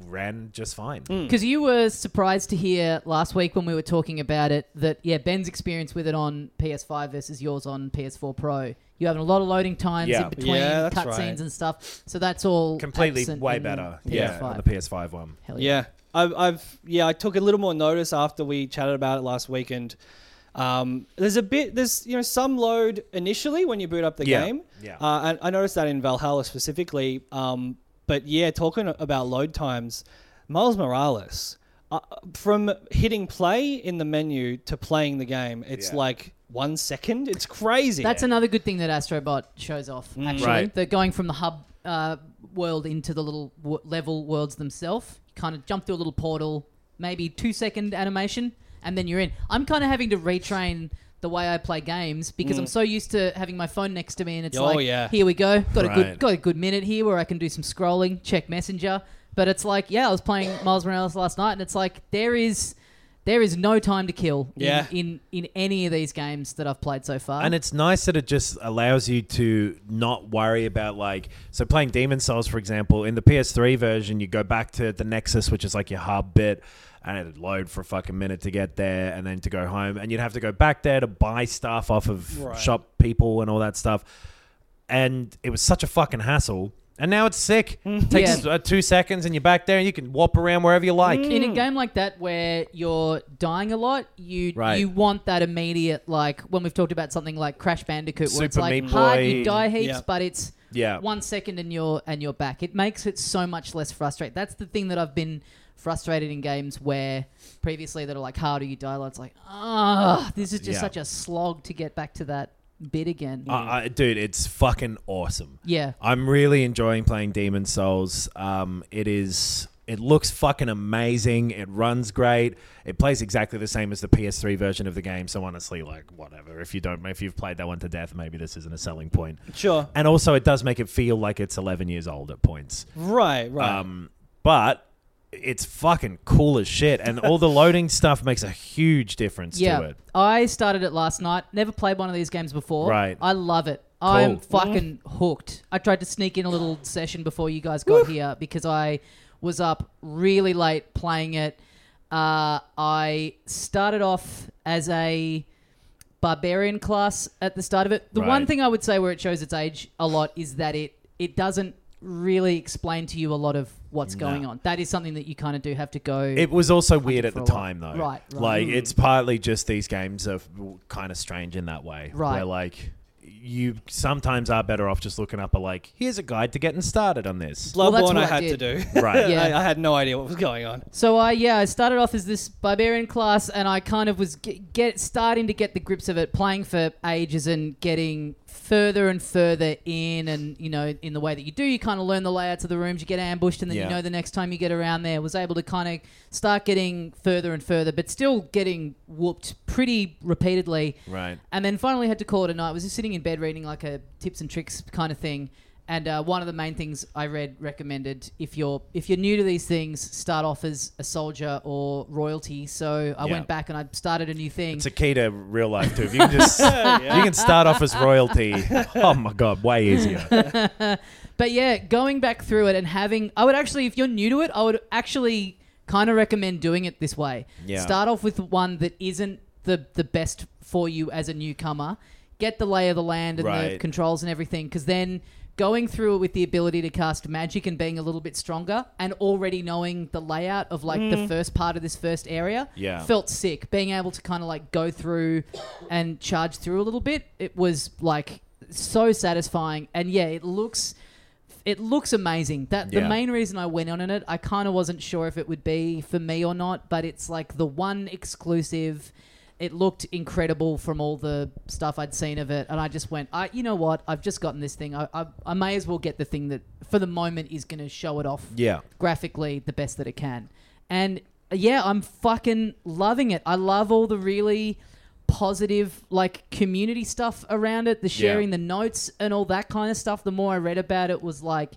[SPEAKER 3] ran just fine.
[SPEAKER 1] Because you were surprised to hear last week when we were talking about it that yeah, Ben's experience with it on PS5 versus yours on PS4 Pro. You having a lot of loading times
[SPEAKER 3] Yeah.
[SPEAKER 1] in between
[SPEAKER 2] Yeah, that's
[SPEAKER 1] cutscenes
[SPEAKER 2] right.
[SPEAKER 1] and stuff. So that's all
[SPEAKER 3] Completely
[SPEAKER 1] absent
[SPEAKER 3] way
[SPEAKER 1] in
[SPEAKER 3] better.
[SPEAKER 1] PS5.
[SPEAKER 3] Yeah, on the PS5 one.
[SPEAKER 1] Hell
[SPEAKER 2] Yeah, I've, I've yeah, I took a little more notice after we chatted about it last week, and um, there's a bit, there's you know some load initially when you boot up the
[SPEAKER 3] Yeah,
[SPEAKER 2] game.
[SPEAKER 3] yeah.
[SPEAKER 2] uh, and I noticed that in Valhalla specifically. Um, but yeah, talking about load times, Miles Morales. Uh, from hitting play in the menu to playing the game, it's
[SPEAKER 3] Yeah.
[SPEAKER 2] like one second. It's crazy.
[SPEAKER 1] That's another good thing that Astrobot shows off.
[SPEAKER 2] Mm.
[SPEAKER 1] Actually,
[SPEAKER 3] Right.
[SPEAKER 1] they're going from the hub uh, world into the little w- level worlds themselves. You kind of jump through a little portal, maybe two second animation, and then you're in. I'm kind of having to retrain the way I play games because I'm so used to having my phone next to me, and it's
[SPEAKER 2] Mm. Oh,
[SPEAKER 1] like,
[SPEAKER 2] yeah.
[SPEAKER 1] here we go, got a
[SPEAKER 3] Right.
[SPEAKER 1] good got a good minute here where I can do some scrolling, check messenger. But it's like, yeah, I was playing <laughs> Miles Morales last night, and it's like there is. There is no time to kill in-
[SPEAKER 2] Yeah.
[SPEAKER 1] in, in, any of these games that I've played so far.
[SPEAKER 3] And it's nice that it just allows you to not worry about like so playing Demon Souls for example in the PS3 version you go back to the Nexus which is like your hub bit and it'd load for a fucking minute to get there and then to go home and you'd have to go back there to buy stuff off of
[SPEAKER 2] Right.
[SPEAKER 3] shop people and all that stuff and it was such a fucking hassle and now it's sick takes uh, 2 seconds and you're back there and you can whop around wherever you like
[SPEAKER 1] in a game like that where you're dying a lot, you
[SPEAKER 3] Right.
[SPEAKER 1] you want that immediate like when we've talked about something like Crash Bandicoot, where it's
[SPEAKER 3] Super
[SPEAKER 1] like
[SPEAKER 3] Meat
[SPEAKER 1] hard,
[SPEAKER 3] Boy.
[SPEAKER 1] you die heaps,
[SPEAKER 2] Yeah.
[SPEAKER 1] but it's
[SPEAKER 3] Yeah.
[SPEAKER 1] one second and you're and you're back. It makes it so much less frustrating. That's the thing that I've been frustrated in games where previously that are like harder you die, a lot. it's like ah, this is just
[SPEAKER 3] Yeah. Uh,
[SPEAKER 1] such a slog to get back to that bit again.
[SPEAKER 3] I, I, dude, it's fucking awesome.
[SPEAKER 1] Yeah.
[SPEAKER 3] I'm really enjoying playing Demon Souls. Um, it is. It looks fucking amazing. It runs great. It plays exactly the same as the PS3 version of the game. So honestly, like whatever. If you don't, if you've played that one to death, maybe this isn't a selling point.
[SPEAKER 2] sure.
[SPEAKER 3] And also, it does make it feel like it's 11 years old at points.
[SPEAKER 2] Right. Right.
[SPEAKER 3] Um, but it's fucking cool as shit, and all the loading stuff makes a huge difference
[SPEAKER 1] yeah,
[SPEAKER 3] to it.
[SPEAKER 1] I started it last night. Never played one of these games before.
[SPEAKER 3] Right.
[SPEAKER 1] I love it. I'm
[SPEAKER 3] Cool.
[SPEAKER 1] fucking hooked. I tried to sneak in a little session before you guys got here because I was up really late playing it. Uh, I started off as a barbarian class at the start of it. The one
[SPEAKER 3] Right.
[SPEAKER 1] thing I would say where it shows its age a lot is that it it doesn't really explain to you a lot of what's going on. That is something that you kind of do have to go.
[SPEAKER 3] It was also weird at
[SPEAKER 1] for
[SPEAKER 3] the
[SPEAKER 1] a while.
[SPEAKER 3] time, though.
[SPEAKER 1] Right, Mm. right.
[SPEAKER 3] Like it's partly just these games are kind of strange in that way.
[SPEAKER 1] Right.
[SPEAKER 3] Where like you sometimes are better off just looking up a like, here's a guide to getting started on this.
[SPEAKER 2] Bloodborne,
[SPEAKER 1] that's what
[SPEAKER 2] I
[SPEAKER 1] I
[SPEAKER 2] had to do.
[SPEAKER 1] did.
[SPEAKER 3] Right.
[SPEAKER 1] Yeah.
[SPEAKER 2] <laughs> I, I had no idea what was going on.
[SPEAKER 1] So I yeah I started off as this barbarian class and I kind of was g- get starting to get the grips of it playing for ages and getting further and further in and you know in the way that you do you kind of learn the layouts of the rooms you get ambushed and then
[SPEAKER 3] Yeah.
[SPEAKER 1] you know the next time you get around there was able to kind of start getting further and further but still getting whooped pretty repeatedly
[SPEAKER 3] Right.
[SPEAKER 1] and then finally had to call it a night. I was just sitting in bed reading like a tips and tricks kind of thing. And uh, one of the main things I read recommended if you're if you're new to these things, start off as a soldier or royalty. So I
[SPEAKER 3] Yeah.
[SPEAKER 1] went back and I started a new thing.
[SPEAKER 3] It's a key to real life too. If
[SPEAKER 1] <laughs>
[SPEAKER 3] you can just you can start off as royalty. Oh my god, way easier.
[SPEAKER 1] but yeah, going back through it and having, I would actually, if you're new to it, I would actually kind of recommend doing it this way.
[SPEAKER 3] Yeah.
[SPEAKER 1] Start off with one that isn't the the best for you as a newcomer. Get the lay of the land and the
[SPEAKER 3] Right.
[SPEAKER 1] controls and everything, because then going through it with the ability to cast magic and being a little bit stronger and already knowing the layout of like the first part of this first area
[SPEAKER 3] Yeah.
[SPEAKER 1] felt sick being able to kind of like go through and charge through a little bit it was like so satisfying and yeah it looks it looks amazing. That the
[SPEAKER 3] Yeah.
[SPEAKER 1] main reason I went on in it, I kind of wasn't sure if it would be for me or not, but it's like the one exclusive It looked incredible from all the stuff I'd seen of it, and I just went, I, you know what? I've just gotten this thing. I, I, I may as well get the thing that, for the moment, is going to show it off
[SPEAKER 3] Yeah.
[SPEAKER 1] graphically the best that it can. And uh, yeah, I'm fucking loving it. I love all the really positive like community stuff around it, the sharing the notes and all that kind of stuff. The more I read about it was like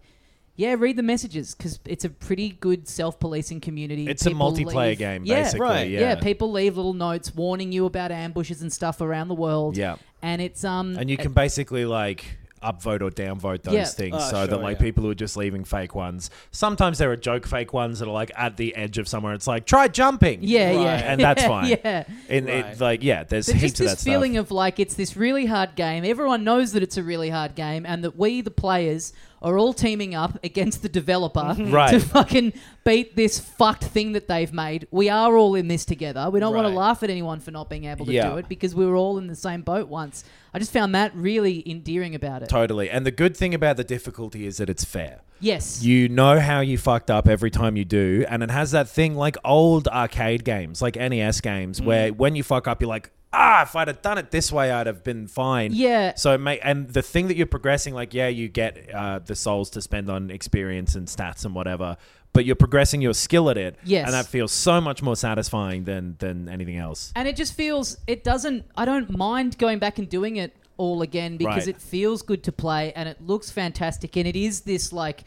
[SPEAKER 1] yeah, read the messages because it's a pretty good self-policing community.
[SPEAKER 3] It's a multiplayer
[SPEAKER 1] leave-
[SPEAKER 3] game,
[SPEAKER 1] yeah,
[SPEAKER 3] basically.
[SPEAKER 2] right.
[SPEAKER 3] Yeah.
[SPEAKER 1] yeah, people leave little notes warning you about ambushes and stuff around the world.
[SPEAKER 3] Yeah.
[SPEAKER 1] and it's um
[SPEAKER 3] and you can basically like upvote or downvote those
[SPEAKER 1] Yeah.
[SPEAKER 3] things
[SPEAKER 2] Oh,
[SPEAKER 3] so
[SPEAKER 2] sure,
[SPEAKER 3] that like
[SPEAKER 2] yeah.
[SPEAKER 3] people who are just leaving fake ones. Sometimes there are joke fake ones that are like at the edge of somewhere. It's like try jumping.
[SPEAKER 1] yeah,
[SPEAKER 2] Right.
[SPEAKER 1] yeah,
[SPEAKER 3] and
[SPEAKER 1] <laughs>
[SPEAKER 3] that's
[SPEAKER 1] yeah,
[SPEAKER 3] fine.
[SPEAKER 1] Yeah,
[SPEAKER 3] And
[SPEAKER 2] Right.
[SPEAKER 3] it, like yeah, there's
[SPEAKER 1] There's
[SPEAKER 3] heaps
[SPEAKER 1] just
[SPEAKER 3] of
[SPEAKER 1] this
[SPEAKER 3] that
[SPEAKER 1] feeling
[SPEAKER 3] stuff.
[SPEAKER 1] of like it's this really hard game. Everyone knows that it's a really hard game, and that we, the players, are all teaming up against the developer
[SPEAKER 3] Right.
[SPEAKER 1] to fucking beat this fucked thing that they've made. We are all in this together. We don't want
[SPEAKER 2] Right.
[SPEAKER 1] to laugh at anyone for not being able to
[SPEAKER 3] Yeah.
[SPEAKER 1] do it because we were all in the same boat once. I just found that really endearing about it.
[SPEAKER 3] Totally. And the good thing about the difficulty is that it's fair.
[SPEAKER 1] yes.
[SPEAKER 3] You know how you fucked up every time you do, and it has that thing like old arcade games, like NES games, where
[SPEAKER 1] Mm.
[SPEAKER 3] when you fuck up, you're like, ah, if I'd have done it this way, I'd have been fine.
[SPEAKER 1] Yeah.
[SPEAKER 3] So, mate, and the thing that you're progressing, like, yeah, you get uh, the souls to spend on experience and stats and whatever, but you're progressing your skill at it.
[SPEAKER 1] Yes.
[SPEAKER 3] And that feels so much more satisfying than than anything else.
[SPEAKER 1] and it just feels it doesn't i don't mind going back and doing it all again because
[SPEAKER 3] Right.
[SPEAKER 1] it feels good to play and it looks fantastic and it is this like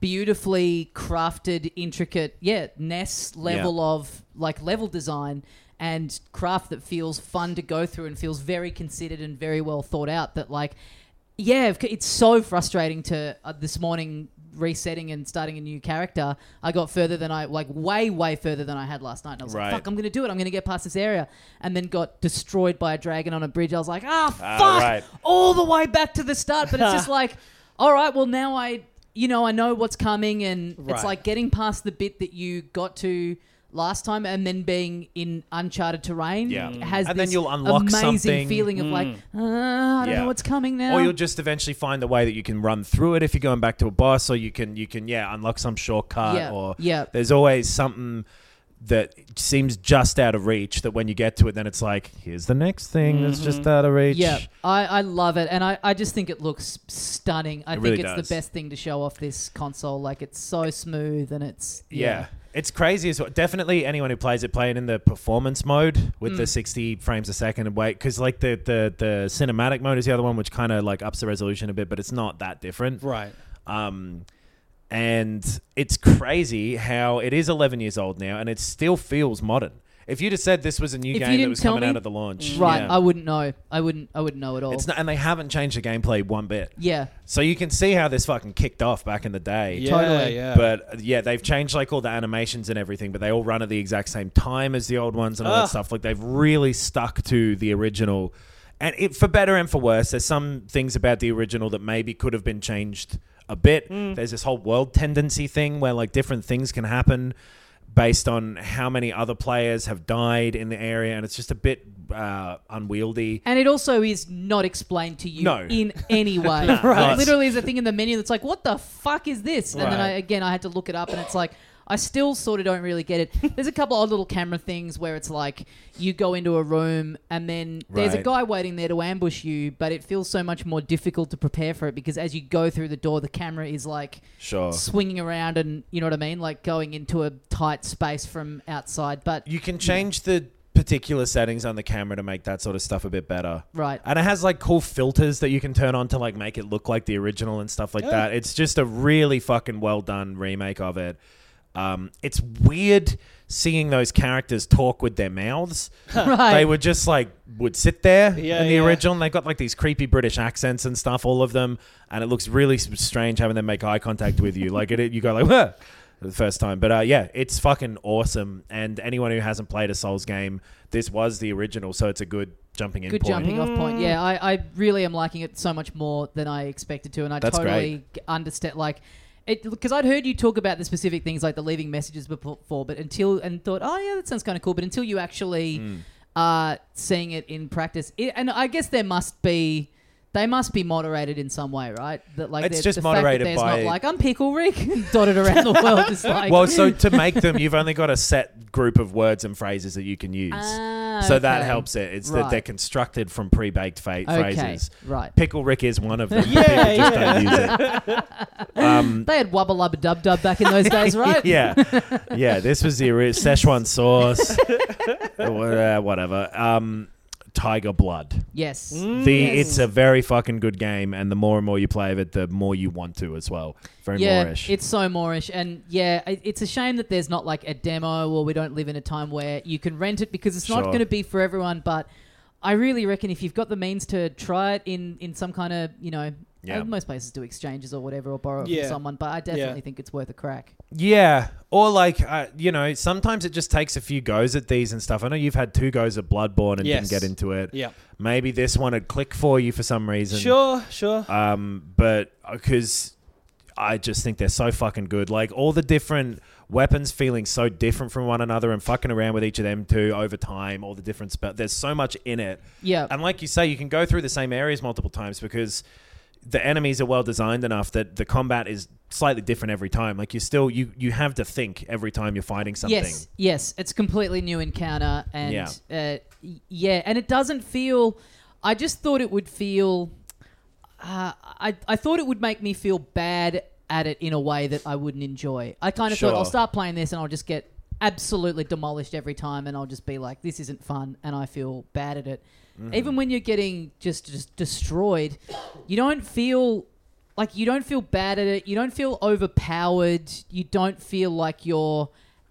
[SPEAKER 1] beautifully crafted intricate yeah nes level of like level design and craft that feels fun to go through and feels very considered and very well thought out that like yeah of c- it's so frustrating to uh, this morning resetting and starting a new character i got further than i like way way further than i had last night and i was
[SPEAKER 3] Right.
[SPEAKER 1] like fuck I'm gonna do it. I'm gonna get past this area, and then got destroyed by a dragon on a bridge. I was like, ah,
[SPEAKER 3] Ah,
[SPEAKER 1] fuck,
[SPEAKER 3] right.
[SPEAKER 1] all the way back to the start. But
[SPEAKER 3] <laughs>
[SPEAKER 1] it's just like, all right, well now I, you know, I know what's coming, and
[SPEAKER 2] Right.
[SPEAKER 1] it's like getting past the bit that you got to last time, and then being in uncharted terrain.
[SPEAKER 3] Yeah.
[SPEAKER 1] has
[SPEAKER 3] Mm. And then
[SPEAKER 1] this
[SPEAKER 3] you'll unlock
[SPEAKER 1] amazing
[SPEAKER 3] something.
[SPEAKER 1] feeling of like, ah, I don't
[SPEAKER 3] Yeah.
[SPEAKER 1] know what's coming now.
[SPEAKER 3] Or you'll just eventually find the way that you can run through it if you're going back to a boss, or you can you can yeah unlock some shortcut,
[SPEAKER 1] Yeah,
[SPEAKER 3] or
[SPEAKER 1] yeah.
[SPEAKER 3] There's always something that seems just out of reach that when you get to it, then it's like here's the next thing that's
[SPEAKER 1] Mm-hmm.
[SPEAKER 3] just out of reach.
[SPEAKER 1] yeah, I, I love it, and I, I just think it looks stunning. I
[SPEAKER 3] It
[SPEAKER 1] think
[SPEAKER 3] really
[SPEAKER 1] it's
[SPEAKER 3] does.
[SPEAKER 1] the best thing to show off this console. Like it's so smooth, and it's
[SPEAKER 3] yeah. It's crazy as well. Definitely, anyone who plays it playing in the performance mode with
[SPEAKER 1] Mm.
[SPEAKER 3] the 60 frames a second and wait, because like the, the the cinematic mode is the other one, which kind of like ups the resolution a bit, but it's not that different.
[SPEAKER 2] Right.
[SPEAKER 3] Um, and it's crazy how it is 11 years old now and it still feels modern. If you'd have said this was a new
[SPEAKER 1] If you
[SPEAKER 3] game that
[SPEAKER 1] didn't
[SPEAKER 3] was
[SPEAKER 1] tell
[SPEAKER 3] coming
[SPEAKER 1] me-
[SPEAKER 3] out of the launch,
[SPEAKER 1] Right,
[SPEAKER 3] yeah.
[SPEAKER 1] I wouldn't know. I wouldn't. I wouldn't know at all.
[SPEAKER 3] it's not, and they haven't changed the gameplay one bit.
[SPEAKER 1] yeah,
[SPEAKER 3] So you can see how this fucking kicked off back in the day.
[SPEAKER 2] Yeah,
[SPEAKER 1] Totally.
[SPEAKER 2] yeah.
[SPEAKER 3] But uh, yeah, they've changed like all the animations and everything, but they all run at the exact same time as the old ones and all
[SPEAKER 2] Ugh.
[SPEAKER 3] that stuff. Like they've really stuck to the original, and it for better and for worse. There's some things about the original that maybe could have been changed a bit.
[SPEAKER 2] Hmm.
[SPEAKER 3] There's this whole world tendency thing where like different things can happen based on how many other players have died in the area, and it's just a bit uh, unwieldy.
[SPEAKER 1] and it also is not explained to you
[SPEAKER 3] No. <laughs>
[SPEAKER 1] in any way.
[SPEAKER 3] Right.
[SPEAKER 1] It literally is a thing in the menu that's like, "What the fuck is this?" And then I,
[SPEAKER 3] Right.
[SPEAKER 1] again, I had to look it up, and it's like. I still sort of don't really get
[SPEAKER 3] <laughs>
[SPEAKER 1] it. There's a couple odd little camera things where it's like you go into a room and then there's a
[SPEAKER 3] Right.
[SPEAKER 1] guy waiting there to ambush you, but it feels so much more difficult to prepare for it because as you go through the door, the camera is like
[SPEAKER 3] Sure.
[SPEAKER 1] swinging around and you know what I mean, like going into a tight space from outside. But
[SPEAKER 3] You can change the particular settings on the camera to make that sort of stuff a bit better.
[SPEAKER 1] Right.
[SPEAKER 3] And it has like cool filters that you can turn on to like make it look like the original and stuff like that. It's just a really fucking well done remake of it. Um, it's weird seeing those characters talk with their mouths.
[SPEAKER 1] <laughs> right,
[SPEAKER 3] They were just like would sit there
[SPEAKER 2] Yeah,
[SPEAKER 3] in the
[SPEAKER 2] yeah.
[SPEAKER 3] original, and they got like these creepy British accents and stuff, all of them, and it looks really s- strange having them make eye contact with you. like it, you go like, <laughs> "Huh," the first time, but uh, yeah, it's fucking awesome. And anyone who hasn't played a Souls game, this was the original, so it's a good jumping in
[SPEAKER 1] good
[SPEAKER 3] point.
[SPEAKER 1] jumping off point. Yeah, I, I really am liking it so much more than I expected to, and I
[SPEAKER 3] That's
[SPEAKER 1] totally g understand. Like it because I'd heard you talk about the specific things like the leaving messages before, but until and thought, oh yeah, that sounds kind of cool. But until you actually
[SPEAKER 3] Mm.
[SPEAKER 1] are seeing it in practice, it, and I guess there must be. They must be moderated in some way, right? That like
[SPEAKER 3] It's
[SPEAKER 1] the-
[SPEAKER 3] just
[SPEAKER 1] the fact that
[SPEAKER 3] moderated
[SPEAKER 1] there's
[SPEAKER 3] by-
[SPEAKER 1] not like I'm pickle Rick <laughs> dotted around
[SPEAKER 3] <laughs>
[SPEAKER 1] the world. Is like <laughs>
[SPEAKER 3] Well, so to make them, you've only got a set group of words and phrases that you can use. So that
[SPEAKER 1] Ah, Okay.
[SPEAKER 3] helps it. It's
[SPEAKER 1] Right.
[SPEAKER 3] that they're constructed from pre-baked fa-
[SPEAKER 1] Okay,
[SPEAKER 3] phrases.
[SPEAKER 1] right.
[SPEAKER 3] Pickle Rick is one of them.
[SPEAKER 2] Yeah,
[SPEAKER 3] People just don't use
[SPEAKER 1] <laughs>
[SPEAKER 3] it. Um,
[SPEAKER 1] They had wubba lubba dub dub back in
[SPEAKER 3] <laughs>
[SPEAKER 1] those days, right?
[SPEAKER 3] yeah, yeah. This was the ori- Szechuan sauce, Uh, whatever. Um, Tiger Blood.
[SPEAKER 1] Yes.
[SPEAKER 3] The
[SPEAKER 1] Yes.
[SPEAKER 3] it's a very fucking good game, and the more and more you play of it, the more you want to as well. Very
[SPEAKER 1] Yeah,
[SPEAKER 3] Moorish.
[SPEAKER 1] it's so Moorish, and yeah, it- it's a shame that there's not like a demo, or we don't live in a time where you can rent it because it's not
[SPEAKER 3] Sure.
[SPEAKER 1] going to be for everyone. But I really reckon if you've got the means to try it in in some kind of you know,
[SPEAKER 3] Yeah.
[SPEAKER 1] uh, most places do exchanges or whatever, or borrow it
[SPEAKER 2] Yeah.
[SPEAKER 1] from someone. But I definitely
[SPEAKER 2] Yeah.
[SPEAKER 1] think it's worth a crack.
[SPEAKER 3] Yeah, or like uh, you know, sometimes it just takes a few goes at these and stuff. I know you've had two goes at Bloodborne and
[SPEAKER 2] Yes.
[SPEAKER 3] didn't get into it.
[SPEAKER 2] Yeah.
[SPEAKER 3] maybe this one would click for you for some reason.
[SPEAKER 2] Sure, sure.
[SPEAKER 3] um, but because I just think they're so fucking good. Like all the different weapons feeling so different from one another and fucking around with each of them too over time. All the different spells. There's so much in it.
[SPEAKER 1] Yeah,
[SPEAKER 3] And like you say, you can go through the same areas multiple times because the enemies are well designed enough that the combat is slightly different every time. Like you still you you have to think every time you're fighting something.
[SPEAKER 1] Yes, yes, it's completely new encounter, and
[SPEAKER 3] Yeah.
[SPEAKER 1] uh, y- yeah, and it doesn't feel. I just thought it would feel. Uh, I I thought it would make me feel bad at it in a way that I wouldn't enjoy. I kind of thought "Oh, I'll
[SPEAKER 3] Sure.
[SPEAKER 1] start playing this and I'll just get absolutely demolished every time, and I'll just be like, this isn't fun, and I feel bad at it.
[SPEAKER 3] Mm-hmm.
[SPEAKER 1] Even when you're getting just just destroyed, you don't feel like you don't feel bad at it. You don't feel overpowered. You don't feel like you're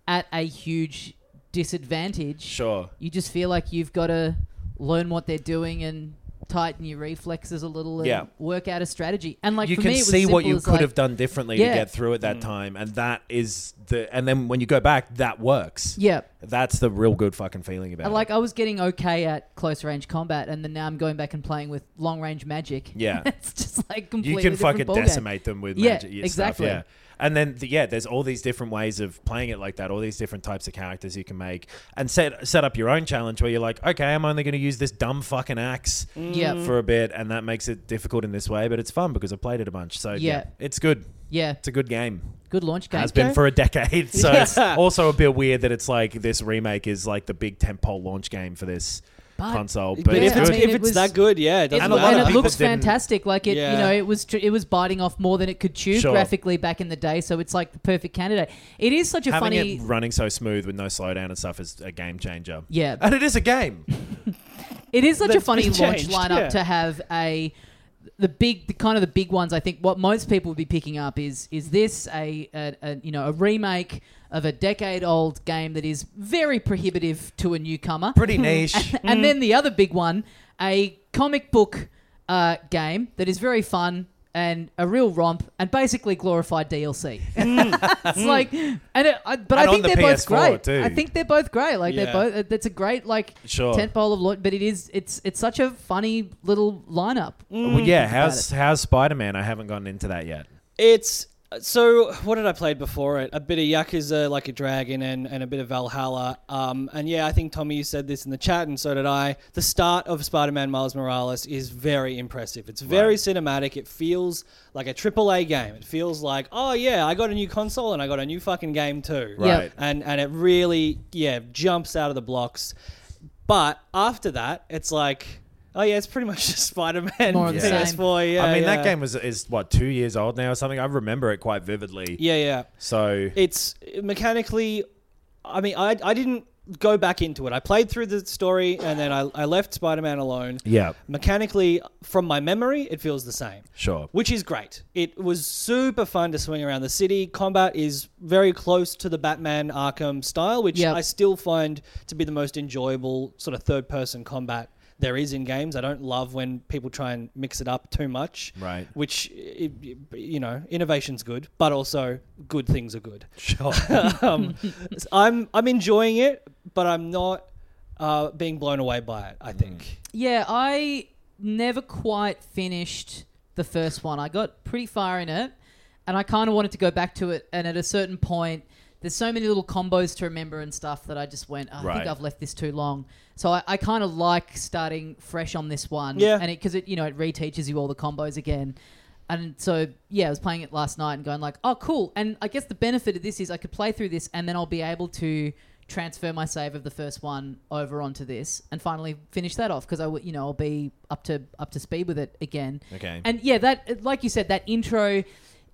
[SPEAKER 1] at a huge disadvantage.
[SPEAKER 3] Sure.
[SPEAKER 1] You just feel like you've got to learn what they're doing and tighten your reflexes a little and
[SPEAKER 3] Yeah.
[SPEAKER 1] work out a strategy. And like
[SPEAKER 3] you
[SPEAKER 1] for
[SPEAKER 3] can
[SPEAKER 1] me, it was
[SPEAKER 3] see what
[SPEAKER 1] simple
[SPEAKER 3] you
[SPEAKER 1] as,
[SPEAKER 3] could
[SPEAKER 1] like,
[SPEAKER 3] have done differently
[SPEAKER 1] Yeah.
[SPEAKER 3] to get through at that time, and that is the. And then when you go back, that works.
[SPEAKER 1] Yeah.
[SPEAKER 3] That's the real good fucking feeling about
[SPEAKER 1] And
[SPEAKER 3] it.
[SPEAKER 1] like I was getting okay at close range combat, and then now I'm going back and playing with long range magic. <laughs>
[SPEAKER 3] Yeah.
[SPEAKER 1] it's just like
[SPEAKER 3] you
[SPEAKER 1] completely
[SPEAKER 3] can
[SPEAKER 1] different
[SPEAKER 3] fucking
[SPEAKER 1] ballgame.
[SPEAKER 3] decimate them with
[SPEAKER 1] Yeah,
[SPEAKER 3] magic. Yeah,
[SPEAKER 1] exactly.
[SPEAKER 3] Stuff, yeah. And then the, yeah, there's all these different ways of playing it like that. All these different types of characters you can make, and set set up your own challenge where you're like, okay, I'm only going to use this dumb fucking axe
[SPEAKER 1] Yeah.
[SPEAKER 3] for a bit, and that makes it difficult in this way. But it's fun because I played it a bunch, so yeah,
[SPEAKER 1] Yeah.
[SPEAKER 3] it's good.
[SPEAKER 1] Yeah,
[SPEAKER 3] It's a good game.
[SPEAKER 1] good launch game.
[SPEAKER 3] Has been for a decade, <laughs> so
[SPEAKER 2] Yeah.
[SPEAKER 3] it's also a bit weird that it's like this remake is like the big tentpole launch game for this
[SPEAKER 1] But-
[SPEAKER 3] console. But,
[SPEAKER 2] but if
[SPEAKER 1] yeah,
[SPEAKER 2] it's,
[SPEAKER 1] I mean,
[SPEAKER 2] if
[SPEAKER 1] it
[SPEAKER 2] it's
[SPEAKER 1] was-
[SPEAKER 2] that good, yeah, it doesn't
[SPEAKER 1] and,
[SPEAKER 3] And a lot
[SPEAKER 2] matter.
[SPEAKER 3] of
[SPEAKER 1] it
[SPEAKER 3] people
[SPEAKER 1] looks
[SPEAKER 3] didn't-
[SPEAKER 1] fantastic. Like it, you
[SPEAKER 2] Yeah.
[SPEAKER 1] know, it was tr- it was biting off more than it could chew
[SPEAKER 3] Sure.
[SPEAKER 1] graphically back in the day. So it's like the perfect candidate. It is such a
[SPEAKER 3] having
[SPEAKER 1] funny.
[SPEAKER 3] it running so smooth with no slowdown and stuff is a game changer.
[SPEAKER 1] Yeah.
[SPEAKER 3] and it is a game.
[SPEAKER 1] It is such a
[SPEAKER 2] That's
[SPEAKER 1] funny
[SPEAKER 2] been
[SPEAKER 1] launch
[SPEAKER 2] changed,
[SPEAKER 1] lineup
[SPEAKER 2] yeah.
[SPEAKER 1] to have a the big the kind of the big ones. I think what most people would be picking up is is this a, a, a you know a remake of a decade old game that is very prohibitive to a newcomer. <laughs>
[SPEAKER 3] Pretty niche.
[SPEAKER 1] and then the other big one, a comic book uh, game that is very fun and a real romp and basically glorified DLC. <laughs> it's like, and it, I, but I
[SPEAKER 3] Mm. And
[SPEAKER 1] think
[SPEAKER 3] on the
[SPEAKER 1] they're both
[SPEAKER 3] PS4
[SPEAKER 1] great.
[SPEAKER 3] too.
[SPEAKER 1] I think they're both great. Like
[SPEAKER 2] Yeah.
[SPEAKER 1] they're both. uh, That's a great like
[SPEAKER 3] Sure.
[SPEAKER 1] tentpole of launch. But it is. It's it's such a funny little lineup.
[SPEAKER 3] well, yeah, how's how's Spider Man? I haven't gotten into that yet.
[SPEAKER 2] It's so what did I play before it? A bit of Yakuza, like a dragon, and, and a bit of Valhalla. Um, and yeah, I think Tommy, you said this in the chat, and so did I. The start of Spider-Man Miles Morales is very impressive. It's very cinematic. It feels like a AAA game. It feels like, oh yeah, I got a new console and I got a new fucking game too.
[SPEAKER 1] Yeah.
[SPEAKER 3] Right.
[SPEAKER 2] And and it really yeah jumps out of the blocks. But after that, it's like. Oh yeah, it's pretty much <laughs> just Spider-Man
[SPEAKER 1] More of the
[SPEAKER 2] PS4. Yeah,
[SPEAKER 3] I mean,
[SPEAKER 2] yeah.
[SPEAKER 3] that game was is what two years old now or something. I remember it quite vividly.
[SPEAKER 2] Yeah, yeah.
[SPEAKER 3] So
[SPEAKER 2] it's mechanically i mean i, I didn't go back into it i played through the story and then i, I left spider-man alone
[SPEAKER 1] <laughs>
[SPEAKER 3] yeah,
[SPEAKER 2] mechanically from my memory it feels the same
[SPEAKER 3] sure.
[SPEAKER 2] which is great it was super fun to swing around the city combat is very close to the batman arkham style which
[SPEAKER 1] Yep.
[SPEAKER 2] i still find to be the most enjoyable sort of third person combat there is in games i don't love when people try and mix it up too much
[SPEAKER 3] Right.
[SPEAKER 2] which it, you know innovation's good but also good things are good
[SPEAKER 3] Sure.
[SPEAKER 2] <laughs> um, s- I'm I'm enjoying it, but I'm not uh, being blown away by it. I think.
[SPEAKER 1] Yeah, I never quite finished the first one. I got pretty far in it, and I kind of wanted to go back to it. And at a certain point, there's so many little combos to remember and stuff that I just went, "Oh, I
[SPEAKER 3] Right.
[SPEAKER 1] think I've left this too long. So I, I kind of like starting fresh on this one.
[SPEAKER 2] Yeah.
[SPEAKER 1] And because it, you know, it reteaches you all the combos again. And so, yeah, I was playing it last night and going like, oh, cool. And I guess the benefit of this is I could play through this and then I'll be able to transfer my save of the first one over onto this and finally finish that off because I would, you know, I'll be up to up to speed with it again.
[SPEAKER 3] Okay.
[SPEAKER 1] And yeah, that like you said, that intro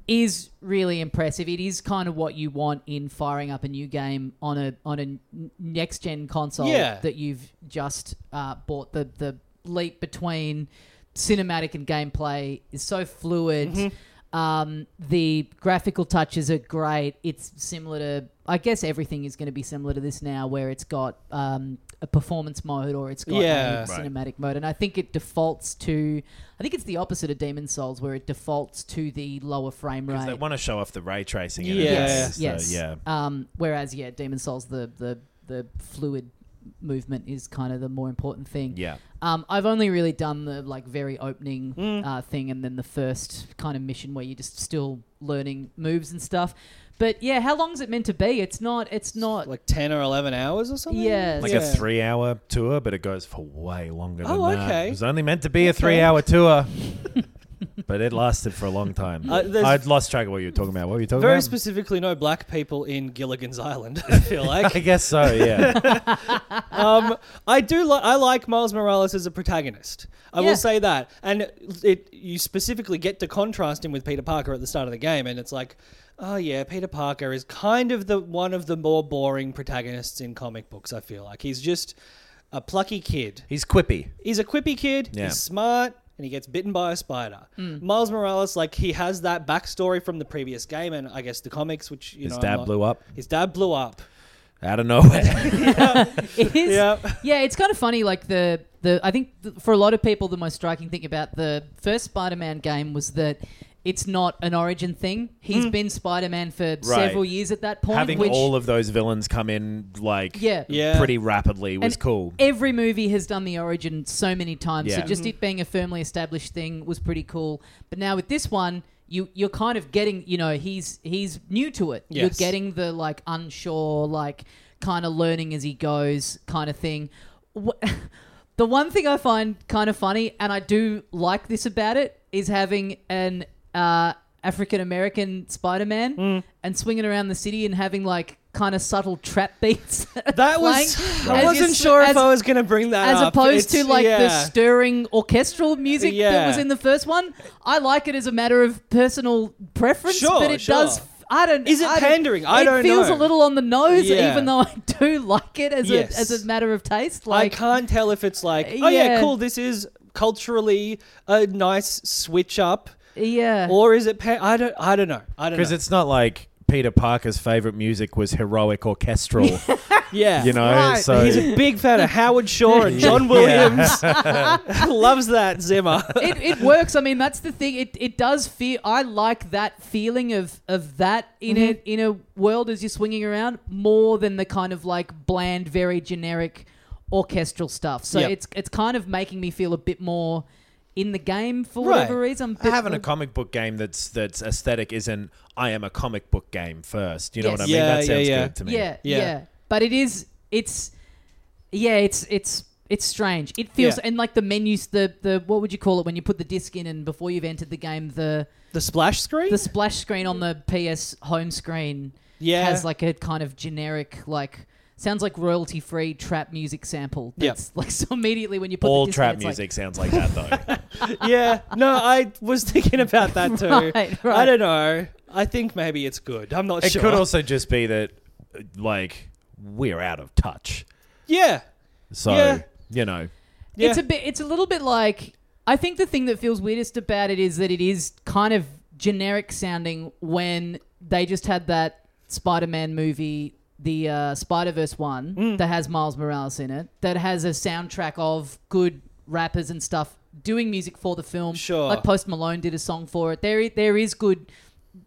[SPEAKER 1] is really impressive. It is kind of what you want in firing up a new game on a on a next gen console
[SPEAKER 2] Yeah.
[SPEAKER 1] that you've just uh, bought. The the leap between cinematic and gameplay is so fluid. Um, the graphical touches are great. It's similar to, I guess, everything is going to be similar to this now, where it's got um, a performance mode or it's got
[SPEAKER 2] Yeah.
[SPEAKER 1] a
[SPEAKER 3] Right.
[SPEAKER 1] cinematic mode, and I think it defaults to. I think it's the opposite of Demon Souls, where it defaults to the lower frame
[SPEAKER 3] Because
[SPEAKER 1] rate.
[SPEAKER 3] they want to show off the ray tracing. in it,
[SPEAKER 2] Yeah.
[SPEAKER 3] yes, so,
[SPEAKER 1] yes.
[SPEAKER 3] Yeah.
[SPEAKER 1] Um, whereas, yeah, Demon Souls, the the the fluid movement is kind of the more important thing.
[SPEAKER 3] Yeah.
[SPEAKER 1] Um, I've only really done the like very opening
[SPEAKER 3] Mm.
[SPEAKER 1] uh, thing, and then the first kind of mission where you're just still learning moves and stuff. But yeah, how long's it meant to be? It's not. It's not.
[SPEAKER 2] like ten or eleven hours or something.
[SPEAKER 1] Yeah.
[SPEAKER 3] Like
[SPEAKER 2] Yeah.
[SPEAKER 3] a three hour tour, but it goes for way longer than
[SPEAKER 2] Oh,
[SPEAKER 3] that.
[SPEAKER 2] okay.
[SPEAKER 3] It was only meant to be a three
[SPEAKER 1] <laughs>
[SPEAKER 3] hour tour, but it lasted for a long time.
[SPEAKER 2] Uh, there's-
[SPEAKER 3] I'd lost track of what you were talking about. What were you talking
[SPEAKER 2] Very
[SPEAKER 3] about?
[SPEAKER 2] specifically, no black people in Gilligan's Island. <laughs> I
[SPEAKER 3] <laughs>
[SPEAKER 2] feel
[SPEAKER 3] I
[SPEAKER 2] like
[SPEAKER 3] guess so, yeah.
[SPEAKER 1] <laughs>
[SPEAKER 2] um, I do. Li- I like Miles Morales as a protagonist. I
[SPEAKER 1] Yeah.
[SPEAKER 2] will say that, and it you specifically get to contrast him with Peter Parker at the start of the game, and it's like, oh yeah, Peter Parker is kind of the one of the more boring protagonists in comic books. I feel like he's just a plucky kid.
[SPEAKER 3] He's quippy.
[SPEAKER 2] he's a quippy kid.
[SPEAKER 3] Yeah.
[SPEAKER 2] He's smart. And he gets bitten by a spider.
[SPEAKER 1] Hmm.
[SPEAKER 2] Miles Morales, like he has that backstory from the previous game, and I guess the comics, which you
[SPEAKER 3] His
[SPEAKER 2] know, I'm
[SPEAKER 3] dad
[SPEAKER 2] not-
[SPEAKER 3] blew up
[SPEAKER 2] His dad blew up.
[SPEAKER 3] out of nowhere.
[SPEAKER 1] It is.
[SPEAKER 2] Yeah.
[SPEAKER 1] yeah, it's kind of funny. Like the the I think th- for a lot of people, the most striking thing about the first Spider-Man game was that it's not an origin thing. He's been Spider-Man for several years at that point.
[SPEAKER 3] Having
[SPEAKER 1] which,
[SPEAKER 3] all of those villains come in, like,
[SPEAKER 1] Yeah.
[SPEAKER 2] Yeah.
[SPEAKER 3] pretty rapidly was
[SPEAKER 1] And
[SPEAKER 3] cool.
[SPEAKER 1] Every movie has done the origin so many times,
[SPEAKER 3] Yeah.
[SPEAKER 1] so just it being a firmly established thing was pretty cool. But now with this one, you you're kind of getting, you know, he's he's new to it. You're
[SPEAKER 2] Yes.
[SPEAKER 1] getting the like unsure, like kind of learning as he goes kind of thing. What, the one thing I find kind of funny, and I do like this about it, is having an uh, African American Spider Man
[SPEAKER 2] Hmm.
[SPEAKER 1] and swinging around the city and having like kind of subtle trap beats. <laughs>
[SPEAKER 2] That <sighs>
[SPEAKER 1] playing
[SPEAKER 2] was. I
[SPEAKER 1] as
[SPEAKER 2] wasn't
[SPEAKER 1] you-
[SPEAKER 2] sure if
[SPEAKER 1] as-
[SPEAKER 2] I was going to bring that
[SPEAKER 1] as
[SPEAKER 2] up.
[SPEAKER 1] opposed
[SPEAKER 2] It's-
[SPEAKER 1] to like the
[SPEAKER 2] yeah.
[SPEAKER 1] stirring orchestral music that
[SPEAKER 2] Yeah.
[SPEAKER 1] was in the first one. I like it as a matter of personal preference,
[SPEAKER 2] Sure,
[SPEAKER 1] but it
[SPEAKER 2] sure.
[SPEAKER 1] does. I don't.
[SPEAKER 2] Is it
[SPEAKER 1] I don't-
[SPEAKER 2] pandering? I don't
[SPEAKER 1] It feels
[SPEAKER 2] know.
[SPEAKER 1] a little on the nose,
[SPEAKER 2] Yeah.
[SPEAKER 1] even though I <laughs> do like it as
[SPEAKER 2] Yes.
[SPEAKER 1] a as a matter of taste.
[SPEAKER 2] I
[SPEAKER 1] Like,
[SPEAKER 2] can't tell if it's like, oh yeah,
[SPEAKER 1] Yeah.
[SPEAKER 2] cool. This is culturally a nice switch up,
[SPEAKER 1] yeah,
[SPEAKER 2] or is it? Pa- I don't. I don't know. I don't.
[SPEAKER 3] Because
[SPEAKER 2] know.
[SPEAKER 3] it's not like Peter Parker's favorite music was
[SPEAKER 1] <laughs>
[SPEAKER 3] heroic orchestral,
[SPEAKER 2] yeah,
[SPEAKER 3] you know? So
[SPEAKER 2] He's a big fan of Howard Shaw
[SPEAKER 3] <laughs>
[SPEAKER 2] and John
[SPEAKER 1] <laughs>
[SPEAKER 2] Williams. <laughs> Loves that Zimmer.
[SPEAKER 1] it, it works. I mean, that's the thing. It, it does feel. I like that feeling of of that in a in a world as you're swinging around more than the kind of like bland, very generic orchestral stuff. So
[SPEAKER 2] Yep.
[SPEAKER 1] it's it's kind of making me feel a bit more in the game for
[SPEAKER 2] Right.
[SPEAKER 1] whatever reason. But
[SPEAKER 3] having a comic book game that's that's aesthetic isn't I am a comic book game first. You know
[SPEAKER 1] Yes.
[SPEAKER 3] what I mean?
[SPEAKER 2] Yeah,
[SPEAKER 3] that
[SPEAKER 2] yeah,
[SPEAKER 3] sounds
[SPEAKER 2] yeah.
[SPEAKER 3] good to me.
[SPEAKER 1] yeah, yeah,
[SPEAKER 2] Yeah.
[SPEAKER 1] But it is. It's yeah. It's it's. It's strange. It feels
[SPEAKER 2] Yeah.
[SPEAKER 1] and like the menus, the the what would you call it when you put the disc in and before you've entered the game, the
[SPEAKER 2] The splash screen?
[SPEAKER 1] the splash screen on the PS home screen
[SPEAKER 2] Yeah.
[SPEAKER 1] has like a kind of generic like sounds like royalty free trap music sample.
[SPEAKER 2] Yep.
[SPEAKER 1] That's like <laughs> so immediately when you put
[SPEAKER 3] All
[SPEAKER 1] the disc in,
[SPEAKER 3] trap
[SPEAKER 1] it's like-
[SPEAKER 3] music sounds like that
[SPEAKER 1] <laughs>
[SPEAKER 2] <laughs>
[SPEAKER 3] though.
[SPEAKER 2] yeah. No, I was thinking about that too.
[SPEAKER 1] Right, <laughs> right.
[SPEAKER 2] I don't know. I think maybe it's good. I'm not
[SPEAKER 3] it
[SPEAKER 2] sure.
[SPEAKER 3] could also just be that uh, like we're out of touch.
[SPEAKER 2] yeah.
[SPEAKER 3] So
[SPEAKER 2] Yeah.
[SPEAKER 3] you know.
[SPEAKER 2] Yeah.
[SPEAKER 1] It's a bit. It's a little bit like. I think the thing that feels weirdest about it is that it is kind of generic sounding when they just had that Spider-Man movie, the uh, Spider-Verse one
[SPEAKER 2] Mm.
[SPEAKER 1] that has Miles Morales in it, that has a soundtrack of good rappers and stuff doing music for the film.
[SPEAKER 2] Sure.
[SPEAKER 1] like Post Malone did a song for it. There, i- there is good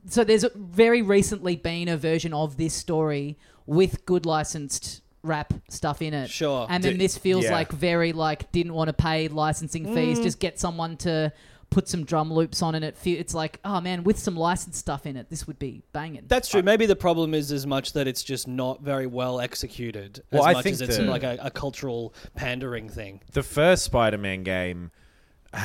[SPEAKER 1] so there's very recently been a version of this story with good licensed rap stuff in it.
[SPEAKER 2] Sure.
[SPEAKER 1] And then
[SPEAKER 3] D-
[SPEAKER 1] this feels
[SPEAKER 3] yeah.
[SPEAKER 1] like very like didn't want to pay licensing fees,
[SPEAKER 2] Mm.
[SPEAKER 1] just get someone to put some drum loops on and it fe- it's like, oh man, with some licensed stuff in it, this would be banging.
[SPEAKER 2] That's true. Maybe the problem is as much that it's just not very well executed
[SPEAKER 3] Well,
[SPEAKER 2] as
[SPEAKER 3] I
[SPEAKER 2] much
[SPEAKER 3] think
[SPEAKER 2] as it's
[SPEAKER 3] the-
[SPEAKER 2] like a, a cultural pandering thing.
[SPEAKER 3] the first Spider-Man game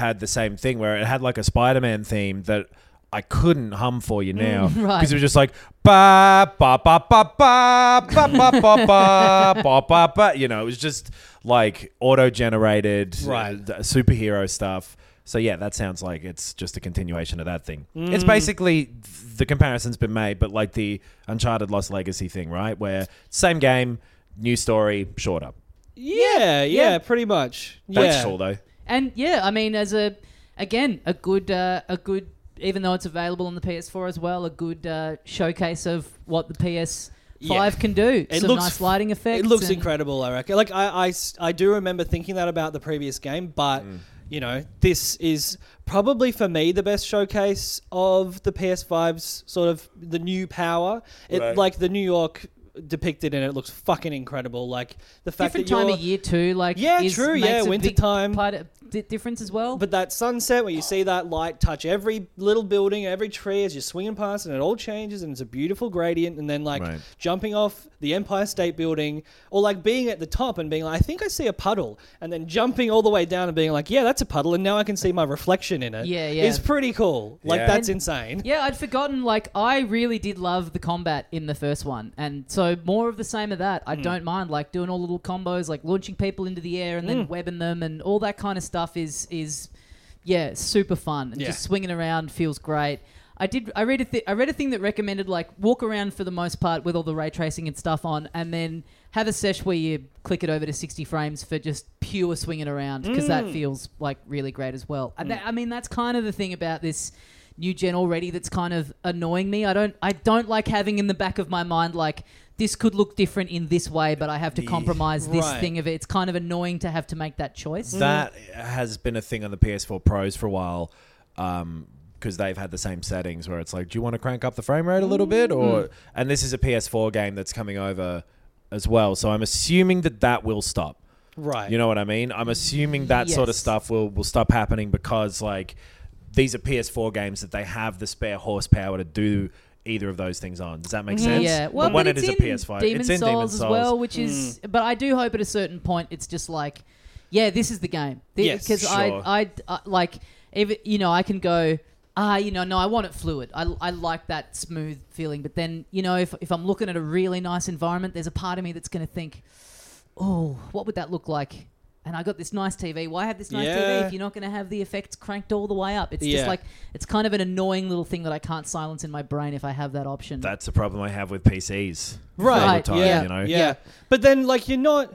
[SPEAKER 3] had the same thing where it had like a Spider-Man theme that I couldn't hum for you now because
[SPEAKER 1] right.
[SPEAKER 3] it was just like ba ba ba ba ba ba ba ba ba ba ba ba. You know, it was just like auto-generated
[SPEAKER 2] Right.
[SPEAKER 3] uh, superhero stuff. So yeah, that sounds like it's just a continuation of that thing. It's
[SPEAKER 2] Mm.
[SPEAKER 3] basically the comparison's been made, but like the Uncharted Lost Legacy thing, right? Where same game, new story, shorter.
[SPEAKER 2] Yeah, yeah,
[SPEAKER 1] yeah.
[SPEAKER 2] pretty much.
[SPEAKER 3] That's
[SPEAKER 2] yeah.
[SPEAKER 3] cool though.
[SPEAKER 1] And yeah, I mean, as a again, a good, uh, a good, even though it's available on the PS4 as well, a good uh, showcase of what the PS5
[SPEAKER 2] Yeah.
[SPEAKER 1] can do.
[SPEAKER 2] It
[SPEAKER 1] Some
[SPEAKER 2] looks-
[SPEAKER 1] nice lighting effects.
[SPEAKER 2] It looks
[SPEAKER 1] and-
[SPEAKER 2] incredible, I reckon. Like I, I s- I do remember thinking that about the previous game, but you know, this is probably for me the best showcase of the PS5's sort of the new power. It
[SPEAKER 3] Right.
[SPEAKER 2] like the New York depicted in it looks fucking incredible. Like the fact
[SPEAKER 1] Different
[SPEAKER 2] that you're,
[SPEAKER 1] time of year too, like
[SPEAKER 2] Yeah,
[SPEAKER 1] is,
[SPEAKER 2] true,
[SPEAKER 1] makes
[SPEAKER 2] yeah,
[SPEAKER 1] a big
[SPEAKER 2] wintertime.
[SPEAKER 1] part of- di- difference as well.
[SPEAKER 2] But that sunset where you see that light touch every little building, every tree as you're swinging past, and it all changes, and it's a beautiful gradient. And then like
[SPEAKER 3] Right.
[SPEAKER 2] jumping off the Empire State Building, or like being at the top and being like, I think I see a puddle, and then jumping all the way down and being like, Yeah, that's a puddle, and now I can see my reflection in it.
[SPEAKER 1] Yeah, yeah.
[SPEAKER 2] It's pretty cool. Like
[SPEAKER 3] Yeah.
[SPEAKER 2] that's
[SPEAKER 1] And-
[SPEAKER 2] insane.
[SPEAKER 1] Yeah, I'd forgotten. Like, I really did love the combat in the first one, and so more of the same of that. I don't mind like doing all the little combos, like launching people into the air and then webbing them, and all that kind of stuff is is yeah, super fun. And
[SPEAKER 2] Yeah.
[SPEAKER 1] just swinging around feels great. I did. I read a th- I read a thing that recommended like walk around for the most part with all the ray tracing and stuff on, and then have a sesh where you click it over to 60 frames for just pure swinging around because that feels like really great as well. And that, I mean, that's kind of the thing about this new gen already that's kind of annoying me. I don't I don't like having in the back of my mind like this could look different in this way, but I have to compromise this
[SPEAKER 2] Right.
[SPEAKER 1] thing of it. It's kind of annoying to have to make that choice.
[SPEAKER 3] That has been a thing on the PS4 Pros for a while. Um, because they've had the same settings where it's like, do you want to crank up the frame rate a little bit,
[SPEAKER 1] Mm.
[SPEAKER 3] or and this is a PS4 game that's coming over as well, so I'm assuming that that will stop.
[SPEAKER 2] Right.
[SPEAKER 3] You know what I mean? I'm assuming that sort of
[SPEAKER 1] Yes.
[SPEAKER 3] stuff will will stop happening because like these are PS4 games that they have the spare horsepower to do either of those things on. Does that make sense?
[SPEAKER 1] Mm-hmm. Yeah, well,
[SPEAKER 3] but when
[SPEAKER 1] but
[SPEAKER 3] it is
[SPEAKER 1] it's
[SPEAKER 3] a
[SPEAKER 1] in
[SPEAKER 3] PS5,
[SPEAKER 1] Demon
[SPEAKER 3] it's in
[SPEAKER 1] Souls
[SPEAKER 3] Demon
[SPEAKER 1] as
[SPEAKER 3] Souls
[SPEAKER 1] well, which is. But I do hope at a certain point it's just like, yeah, this is the game.
[SPEAKER 2] Yes,
[SPEAKER 1] because
[SPEAKER 3] sure.
[SPEAKER 1] I, I, I like, if, you know, I can go. Ah, you know, no, I want it fluid. I, I like that smooth feeling. But then, you know, if, if I'm looking at a really nice environment, there's a part of me that's going to think, oh, what would that look like? And I got this nice TV. Why have this nice TV
[SPEAKER 2] Yeah.
[SPEAKER 1] if you're not going to have the effects cranked all the way up? It's just
[SPEAKER 2] Yeah.
[SPEAKER 1] like, it's kind of an annoying little thing that I can't silence in my brain if I have that option.
[SPEAKER 3] That's the problem I have with PCs.
[SPEAKER 2] Right,
[SPEAKER 3] all the time,
[SPEAKER 2] yeah,
[SPEAKER 3] you know?
[SPEAKER 2] yeah. But then, like, you're not.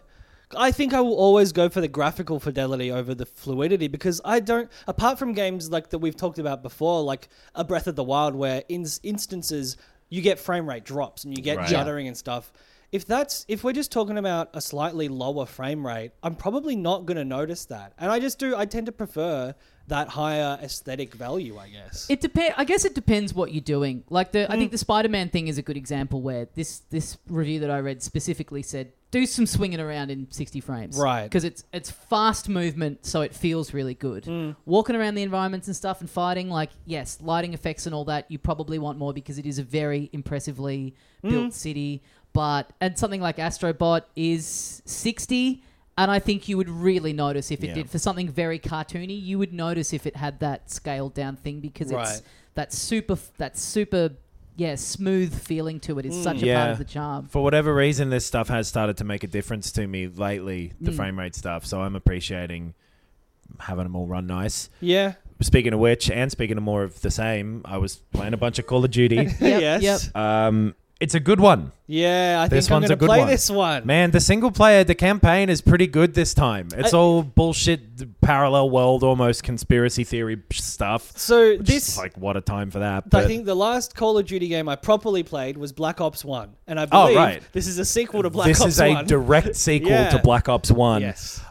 [SPEAKER 2] I think I will always go for the graphical fidelity over the fluidity because I don't. Apart from games like that we've talked about before, like a Breath of the Wild, where in instances you get frame rate drops and you get
[SPEAKER 3] Right.
[SPEAKER 2] juddering and stuff. If that's if we're just talking about a slightly lower frame rate, I'm probably not going to notice that. And I just do. I tend to prefer that higher aesthetic value, I guess.
[SPEAKER 1] It depends. I guess it depends what you're doing. Like the, I think the Spider-Man thing is a good example where this this review that I read specifically said do some swinging around in 60 frames,
[SPEAKER 2] Right.
[SPEAKER 1] Because it's it's fast movement, so it feels really good. Walking around the environments and stuff and fighting, like yes, lighting effects and all that, you probably want more because it is a very impressively built city. But and something like Astrobot is 60. And I think you would really notice if it
[SPEAKER 3] Yeah.
[SPEAKER 1] did for something very cartoony. You would notice if it had that scaled down thing because it's
[SPEAKER 2] Right.
[SPEAKER 1] that super that super yeah smooth feeling to it is such a part
[SPEAKER 3] Mm. Yeah.
[SPEAKER 1] of the charm
[SPEAKER 3] For whatever reason, this stuff has started to make a difference to me lately,
[SPEAKER 2] Mm.
[SPEAKER 3] the frame rate stuff. So I'm appreciating having them all run nice.
[SPEAKER 2] yeah.
[SPEAKER 3] Speaking of which, and speaking of more of the same, I was playing a bunch of Call
[SPEAKER 2] <laughs>
[SPEAKER 3] of Duty.
[SPEAKER 2] yes.
[SPEAKER 1] yep.
[SPEAKER 3] Um, it's a good one.
[SPEAKER 2] Yeah. I
[SPEAKER 3] This
[SPEAKER 2] think I'm
[SPEAKER 3] one's
[SPEAKER 2] going
[SPEAKER 3] a
[SPEAKER 2] to
[SPEAKER 3] good
[SPEAKER 2] play
[SPEAKER 3] one.
[SPEAKER 2] this one.
[SPEAKER 3] Man, the single player, the campaign is pretty good this time. It's
[SPEAKER 2] I-
[SPEAKER 3] all bullshit, the parallel world, almost conspiracy theory stuff.
[SPEAKER 2] So
[SPEAKER 3] Which
[SPEAKER 2] this
[SPEAKER 3] is like, what a time for that.
[SPEAKER 2] I
[SPEAKER 3] But
[SPEAKER 2] think the last Call of Duty game I properly played was Black Ops One, and I
[SPEAKER 3] Oh,
[SPEAKER 2] believe
[SPEAKER 3] right.
[SPEAKER 2] this is a sequel to Black
[SPEAKER 3] this
[SPEAKER 2] Ops
[SPEAKER 3] is a
[SPEAKER 2] One. <laughs>
[SPEAKER 3] direct sequel
[SPEAKER 2] Yeah.
[SPEAKER 3] to Black Ops 1.
[SPEAKER 2] yes,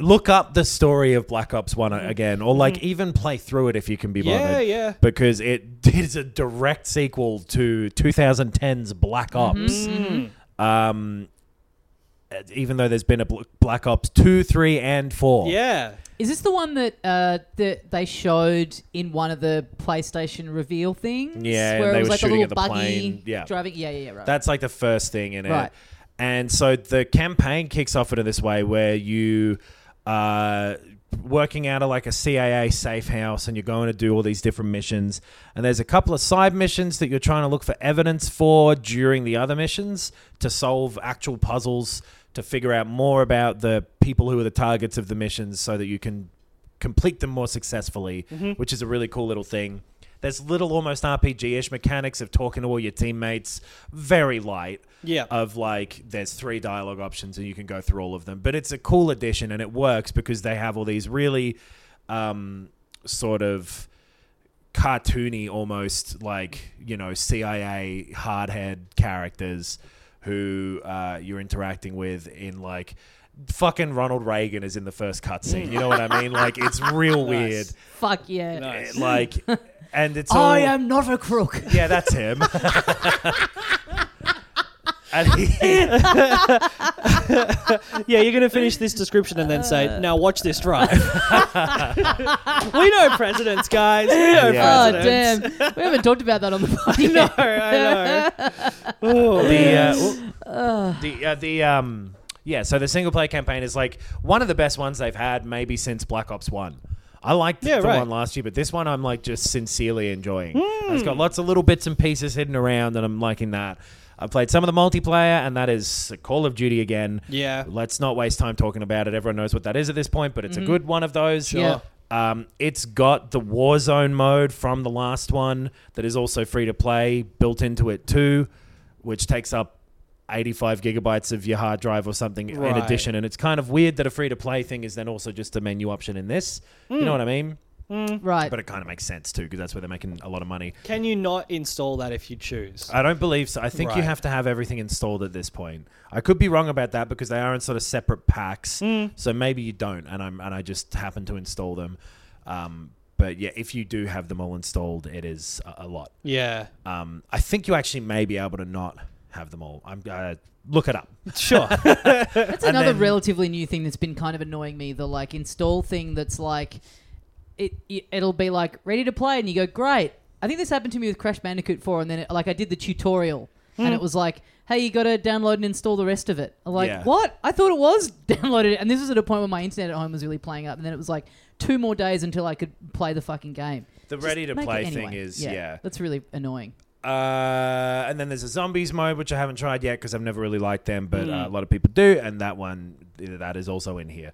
[SPEAKER 3] look up the story of Black Ops 1 again, or like even play through it if you can be
[SPEAKER 2] Mm-hmm. Yeah,
[SPEAKER 3] bothered.
[SPEAKER 2] yeah.
[SPEAKER 3] Because it <laughs> is a direct sequel to 2010's Black Ops.
[SPEAKER 2] Mm-hmm.
[SPEAKER 3] Um, uh, even though there's been a bl- Black Ops 2, 3, and 4.
[SPEAKER 2] yeah,
[SPEAKER 1] is this the one that uh, that they showed in one of the PlayStation reveal things?
[SPEAKER 3] Yeah, and
[SPEAKER 1] where
[SPEAKER 3] they
[SPEAKER 1] it was
[SPEAKER 3] were
[SPEAKER 1] like a
[SPEAKER 3] shooting
[SPEAKER 1] little
[SPEAKER 3] at the
[SPEAKER 1] buggy
[SPEAKER 3] plane. Yeah.
[SPEAKER 1] driving. Yeah, yeah, yeah, right.
[SPEAKER 3] That's like the first thing in it.
[SPEAKER 1] Right.
[SPEAKER 3] And so the campaign kicks off into this way where you uh, working out of like a CIA safe house and you're going to do all these different missions. And there's a couple of side missions that you're trying to look for evidence for during the other missions to solve actual puzzles to figure out more about the people who are the targets of the missions so that you can complete them more successfully, which is a really cool little thing. There's little almost RPG ish mechanics of talking to all your teammates, very light
[SPEAKER 2] Yeah.
[SPEAKER 3] of like there's three dialogue options and you can go through all of them. But it's a cool addition and it works because they have all these really um, sort of cartoony almost like you know CIA hardhead characters who uh, you're interacting with in like fucking Ronald Reagan is in the first cutscene. You know what I mean? Like it's real weird.
[SPEAKER 2] Nice.
[SPEAKER 1] Fuck yeah.
[SPEAKER 2] Nice.
[SPEAKER 3] It, Like and it's all
[SPEAKER 1] I am not a crook.
[SPEAKER 3] yeah, that's him. <laughs> and he,
[SPEAKER 2] Yeah, you're going to finish this description and then say, now watch this
[SPEAKER 3] <laughs>
[SPEAKER 2] drive. we know presidents, guys. We know
[SPEAKER 3] Yeah.
[SPEAKER 1] Oh,
[SPEAKER 2] presidents.
[SPEAKER 1] damn. we haven't talked about that on
[SPEAKER 3] <laughs>
[SPEAKER 1] the podcast.
[SPEAKER 2] I
[SPEAKER 1] <laughs>
[SPEAKER 2] <laughs> know, Oh, I know. Ooh.
[SPEAKER 3] the uh, oop. the uh, the um yeah. So the single player campaign is like one of the best ones they've had maybe since Black Ops One. I liked
[SPEAKER 2] Yeah,
[SPEAKER 3] the
[SPEAKER 2] right. Hmm.
[SPEAKER 3] one last year, but this one I'm like just sincerely enjoying. It's got lots of little bits and pieces hidden around, and I'm liking that. I played some of the multiplayer, and that is Call of Duty again.
[SPEAKER 2] Yeah.
[SPEAKER 3] Let's not waste time talking about it. Everyone knows what that is at this point, but it's a good one of those.
[SPEAKER 1] Sure.
[SPEAKER 3] Um, it's got the Warzone mode from the last one that is also free to play built into it too, which takes up 85 gigabytes of your hard drive or something in
[SPEAKER 2] Right.
[SPEAKER 3] addition. And it's kind of weird that a free to play thing is then also just a menu option in this. You know what I mean?
[SPEAKER 1] Right.
[SPEAKER 3] But it kind of makes sense too because that's where they're making a lot of money.
[SPEAKER 2] Can you not install that if you choose?
[SPEAKER 3] I don't believe so. I think you
[SPEAKER 2] Right.
[SPEAKER 3] have to have everything installed at this point. I could be wrong about that because they are in sort of separate packs.
[SPEAKER 2] Hmm.
[SPEAKER 3] So maybe you don't, and I'm and I just happen to install them. Um, but yeah, if you do have them all installed, it is a, a lot.
[SPEAKER 2] Yeah.
[SPEAKER 3] Um, I think you actually may be able to not have them all. I'm uh, look it up. <laughs>
[SPEAKER 2] Sure.
[SPEAKER 1] That's another
[SPEAKER 3] then-
[SPEAKER 1] relatively new thing that's been kind of annoying me. The like install thing that's like, it, it it'll be like ready to play, and you go great. I think this happened to me with Crash Bandicoot Four, and then it, like I did the tutorial,
[SPEAKER 3] Hmm.
[SPEAKER 1] and it was like, hey, you got to download and install the rest of it. I'm like
[SPEAKER 3] Yeah.
[SPEAKER 1] what? I thought it was <laughs> downloaded, and this was at a point where my internet at home was really playing up, and then it was like two more days until I could play the fucking game.
[SPEAKER 3] The
[SPEAKER 1] Just
[SPEAKER 3] ready to
[SPEAKER 1] make it
[SPEAKER 3] play
[SPEAKER 1] anyway.
[SPEAKER 3] thing is yeah.
[SPEAKER 1] that's really annoying.
[SPEAKER 3] Uh, and then there's a zombies mode which I haven't tried yet because I've never really liked them, but
[SPEAKER 1] Hmm.
[SPEAKER 3] uh, a lot of people do, and that one that is also in here.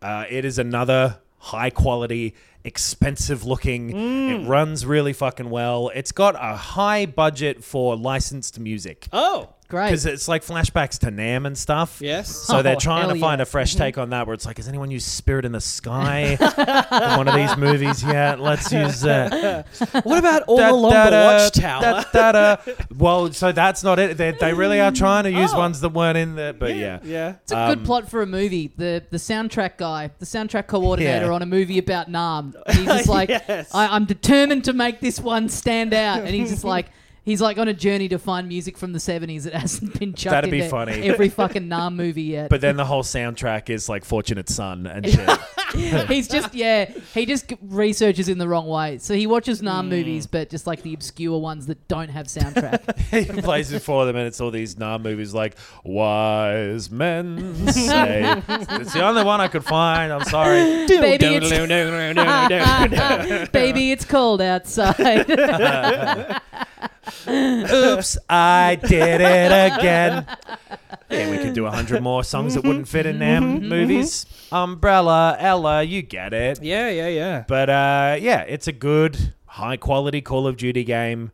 [SPEAKER 3] Uh, it is another high quality, expensive looking.
[SPEAKER 1] Hmm.
[SPEAKER 3] It runs really fucking well. It's got a high budget for licensed music
[SPEAKER 2] oh,
[SPEAKER 1] Great.
[SPEAKER 3] because it's like flashbacks to Nam and stuff.
[SPEAKER 2] yes.
[SPEAKER 3] So they're
[SPEAKER 1] Oh,
[SPEAKER 3] trying
[SPEAKER 1] hell
[SPEAKER 3] to find
[SPEAKER 1] yeah.
[SPEAKER 3] a fresh take on that, where it's like, has anyone used Spirit in the
[SPEAKER 1] <laughs>
[SPEAKER 3] Sky in one of these movies yet? Let's use that.
[SPEAKER 1] <laughs>
[SPEAKER 2] What about all
[SPEAKER 3] Da-
[SPEAKER 2] along
[SPEAKER 3] da-
[SPEAKER 2] the
[SPEAKER 3] da-
[SPEAKER 2] watchtower? <laughs>
[SPEAKER 3] da- da- da. Well, so that's not it. They, they really are trying to use
[SPEAKER 2] Oh.
[SPEAKER 3] ones that weren't in there, but yeah.
[SPEAKER 2] yeah.
[SPEAKER 1] It's a
[SPEAKER 3] Um,
[SPEAKER 1] good plot for a movie. The the soundtrack guy, the soundtrack coordinator
[SPEAKER 3] Yeah.
[SPEAKER 1] on a movie about Nam. And he's
[SPEAKER 3] <laughs>
[SPEAKER 1] just like,
[SPEAKER 2] Yes.
[SPEAKER 1] I, I'm determined to make this one stand out. And he's
[SPEAKER 3] <laughs>
[SPEAKER 1] just like, he's like on a journey to find music from the 70s that hasn't been chucked
[SPEAKER 3] That'd
[SPEAKER 1] in
[SPEAKER 3] be
[SPEAKER 1] there
[SPEAKER 3] funny.
[SPEAKER 1] every fucking Nam movie yet. <laughs>
[SPEAKER 3] But then the whole soundtrack is like Fortunate Son and shit.
[SPEAKER 1] he's just yeah, he just g- researches in the wrong way. So he watches
[SPEAKER 3] Mm.
[SPEAKER 1] Nam movies, but just like the obscure ones that don't have soundtrack.
[SPEAKER 3] <laughs> he plays it for them, and it's all these Nah movies like Wise Men Say. it's the only one I could find. I'm sorry.
[SPEAKER 1] Baby, it's- <laughs> Baby, it's cold outside. <laughs>
[SPEAKER 3] <laughs> Oops, I did it again. Yeah, we could do a hundred more songs that wouldn't fit in
[SPEAKER 2] Mm-hmm,
[SPEAKER 3] them movies. Umbrella, Ella, you get it.
[SPEAKER 2] Yeah, yeah, yeah.
[SPEAKER 3] But uh, yeah, it's a good, high quality Call of Duty game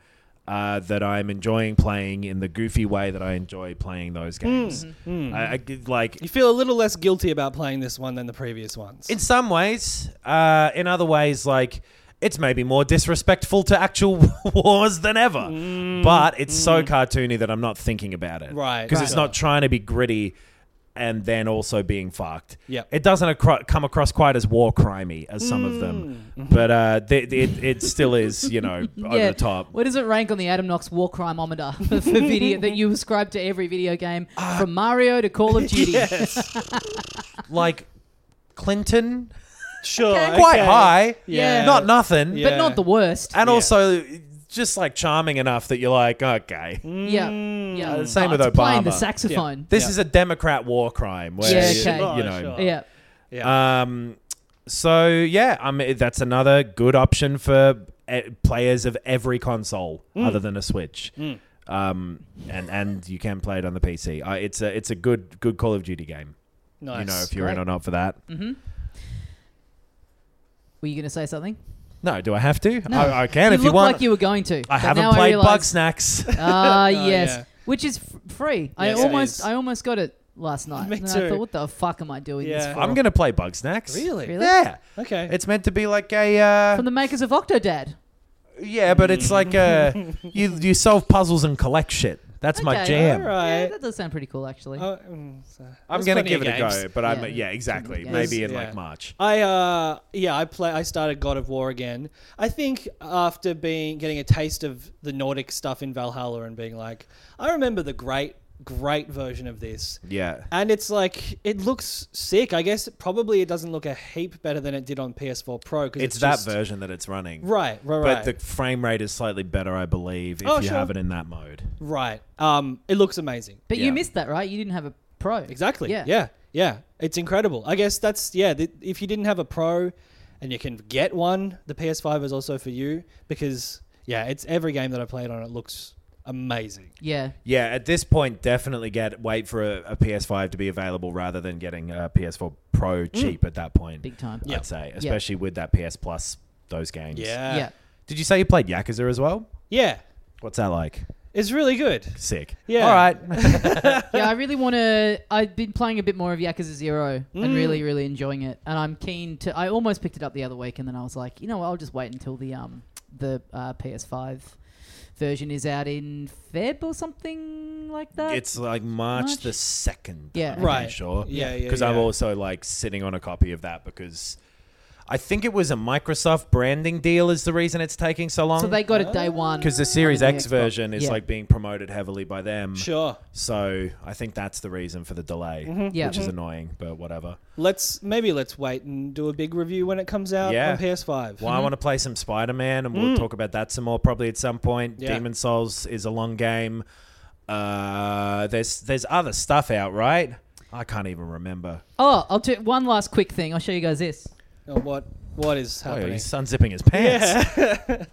[SPEAKER 3] uh, that I'm enjoying playing in the goofy way that I enjoy playing those games. I, I g- like
[SPEAKER 2] You feel a little less guilty about playing this one than the previous ones.
[SPEAKER 3] in some ways, uh, in other ways, like. It's maybe more disrespectful to actual <laughs> wars than ever, but it's so cartoony that I'm not thinking about it.
[SPEAKER 2] Mm, Right.
[SPEAKER 3] Because it's
[SPEAKER 2] Right.
[SPEAKER 3] not trying to be gritty and then also being fucked.
[SPEAKER 2] Yep.
[SPEAKER 3] It doesn't acro- come across quite as war crimey as some of them,
[SPEAKER 2] Mm. Mm-hmm.
[SPEAKER 3] but uh, th- th- it, it still is,
[SPEAKER 2] <laughs>
[SPEAKER 3] you know, over the top.
[SPEAKER 1] Where does it rank on the Adam Knox war crimeometer <laughs> for video that you ascribe to every video game
[SPEAKER 3] Uh,
[SPEAKER 1] from Mario to Call
[SPEAKER 3] <laughs>
[SPEAKER 1] of Duty?
[SPEAKER 3] Like Clinton,
[SPEAKER 2] sure.
[SPEAKER 3] quite high.
[SPEAKER 1] Yeah.
[SPEAKER 3] Not nothing.
[SPEAKER 1] But
[SPEAKER 2] Yeah.
[SPEAKER 1] not the worst.
[SPEAKER 3] And
[SPEAKER 2] Yeah.
[SPEAKER 3] also just like charming enough that you're like, okay.
[SPEAKER 1] yeah. yeah.
[SPEAKER 3] Uh, Mm. same
[SPEAKER 1] Oh,
[SPEAKER 3] with
[SPEAKER 1] it's Playing the
[SPEAKER 3] Obama.
[SPEAKER 1] saxophone.
[SPEAKER 3] This
[SPEAKER 2] Yeah.
[SPEAKER 3] is a Democrat war crime where,
[SPEAKER 1] Yeah,
[SPEAKER 3] you-
[SPEAKER 1] okay.
[SPEAKER 3] you know,
[SPEAKER 2] Sure, sure.
[SPEAKER 1] Yeah.
[SPEAKER 2] Yeah.
[SPEAKER 3] Um, so yeah, I mean that's another good option for eh, players of every console
[SPEAKER 1] Mm.
[SPEAKER 3] other than a Switch. Um, and and you can play it on the PC. Uh, it's a it's a good good Call of Duty game.
[SPEAKER 2] nice.
[SPEAKER 3] You know if you're in
[SPEAKER 1] Great. Mm.
[SPEAKER 3] or not for that.
[SPEAKER 1] Were you going to say something?
[SPEAKER 3] No, do I have to? I, I can
[SPEAKER 1] you
[SPEAKER 3] if
[SPEAKER 1] look
[SPEAKER 3] you want.
[SPEAKER 1] like you were going to.
[SPEAKER 3] I
[SPEAKER 1] but
[SPEAKER 3] haven't
[SPEAKER 1] now
[SPEAKER 3] played Oh,
[SPEAKER 1] realise- <laughs>
[SPEAKER 3] Bug Snacks. <laughs>
[SPEAKER 1] Ah, yes,
[SPEAKER 2] yeah.
[SPEAKER 1] which is f- free. I
[SPEAKER 2] Yes, it
[SPEAKER 1] almost,
[SPEAKER 2] is.
[SPEAKER 1] I almost got it last night.
[SPEAKER 2] Me
[SPEAKER 1] and I
[SPEAKER 2] too.
[SPEAKER 1] thought, what the fuck am I doing
[SPEAKER 2] Yeah.
[SPEAKER 1] this for?
[SPEAKER 3] I'm gonna play Bug Snacks.
[SPEAKER 2] Really?
[SPEAKER 1] Really?
[SPEAKER 3] Yeah.
[SPEAKER 2] Okay.
[SPEAKER 3] It's meant to be like a uh,
[SPEAKER 1] from the makers of Octodad.
[SPEAKER 3] yeah, but it's
[SPEAKER 2] <laughs>
[SPEAKER 3] like a you you solve puzzles and collect shit. That's my
[SPEAKER 1] Okay.
[SPEAKER 3] jam.
[SPEAKER 2] All right.
[SPEAKER 1] Yeah, that does sound pretty cool, actually.
[SPEAKER 2] Oh, mm, so-
[SPEAKER 3] I'm
[SPEAKER 2] there's
[SPEAKER 3] gonna
[SPEAKER 2] plenty
[SPEAKER 3] give
[SPEAKER 2] of
[SPEAKER 3] it a
[SPEAKER 2] games.
[SPEAKER 3] go, but I'm
[SPEAKER 1] Yeah.
[SPEAKER 3] yeah, exactly.
[SPEAKER 1] Yeah.
[SPEAKER 3] Maybe in
[SPEAKER 2] Yeah.
[SPEAKER 3] like March.
[SPEAKER 2] I uh yeah I play I started God of War again. I think after being getting a taste of the Nordic stuff in Valhalla and being like I remember the great great version of this.
[SPEAKER 3] Yeah.
[SPEAKER 2] And it's like it looks sick. I guess probably it doesn't look a heap better than it did on PS4 Pro because
[SPEAKER 3] It's,
[SPEAKER 2] it's,
[SPEAKER 3] that
[SPEAKER 2] just-
[SPEAKER 3] version that it's running.
[SPEAKER 2] Right, right,
[SPEAKER 3] But
[SPEAKER 2] right.
[SPEAKER 3] the frame rate is slightly better, I believe, if
[SPEAKER 2] Oh,
[SPEAKER 3] you
[SPEAKER 2] sure.
[SPEAKER 3] have it in that mode.
[SPEAKER 2] right. Um, it looks amazing.
[SPEAKER 1] but
[SPEAKER 3] yeah.
[SPEAKER 1] you missed that, right? You didn't have a pro.
[SPEAKER 2] Exactly.
[SPEAKER 1] Yeah.
[SPEAKER 2] Yeah. Yeah. It's incredible. I guess that's yeah. The, if you didn't have a pro, and you can get one, the PS5 is also for you because yeah, it's every game that I played on it looks amazing.
[SPEAKER 1] Yeah.
[SPEAKER 3] Yeah, at this point, definitely get wait for a, a PS5 to be available rather than getting a PS4 Pro cheap at that point.
[SPEAKER 1] Big time.
[SPEAKER 3] I'd
[SPEAKER 2] Mm. Yeah.
[SPEAKER 3] say, especially with that PS Plus, those games.
[SPEAKER 2] Yeah.
[SPEAKER 1] Yeah.
[SPEAKER 3] Did you say you played Yakuza as well?
[SPEAKER 2] Yeah.
[SPEAKER 3] What's that like?
[SPEAKER 2] It's really good.
[SPEAKER 3] Sick.
[SPEAKER 2] Yeah.
[SPEAKER 3] All right.
[SPEAKER 2] <laughs>
[SPEAKER 1] yeah, I really want to. I've been playing a bit more of Yakuza Zero
[SPEAKER 3] Mm.
[SPEAKER 1] and really, really enjoying it. And I'm keen to. I almost picked it up the other week, and then I was like, you know, what, I'll just wait until the um the uh, PS5 version is out in Feb or something like that.
[SPEAKER 3] it's like March,
[SPEAKER 1] March?
[SPEAKER 3] the second.
[SPEAKER 1] Yeah.
[SPEAKER 3] I'm
[SPEAKER 2] Right.
[SPEAKER 3] Sure.
[SPEAKER 2] Yeah, yeah,
[SPEAKER 3] Because I'm
[SPEAKER 2] yeah.
[SPEAKER 3] also like sitting on a copy of that because I think it was a Microsoft branding deal is the reason it's taking so long.
[SPEAKER 1] so they got it day one
[SPEAKER 3] because the Series
[SPEAKER 1] on the
[SPEAKER 3] X
[SPEAKER 1] Xbox.
[SPEAKER 3] version is
[SPEAKER 1] Yeah.
[SPEAKER 3] like being promoted heavily by them.
[SPEAKER 2] Sure. Mm-hmm.
[SPEAKER 3] So I think that's the reason for the delay,
[SPEAKER 1] Yeah. Mm-hmm.
[SPEAKER 3] which is annoying, but whatever.
[SPEAKER 2] Let's maybe let's wait and do a big review when it comes out
[SPEAKER 3] Yeah.
[SPEAKER 2] on PS5.
[SPEAKER 3] Well, I want to play some Spider Man, and we'll talk about that some more probably at some point.
[SPEAKER 2] Mm. Yeah.
[SPEAKER 3] Demon Souls is a long game. Uh, there's there's other stuff out, right? I can't even remember.
[SPEAKER 1] Oh, I'll do one last quick thing. I'll show you guys this.
[SPEAKER 2] Oh, what what is
[SPEAKER 3] Oh,
[SPEAKER 2] happening? Ah, <laughs>
[SPEAKER 3] he's unzipping his pants. <laughs>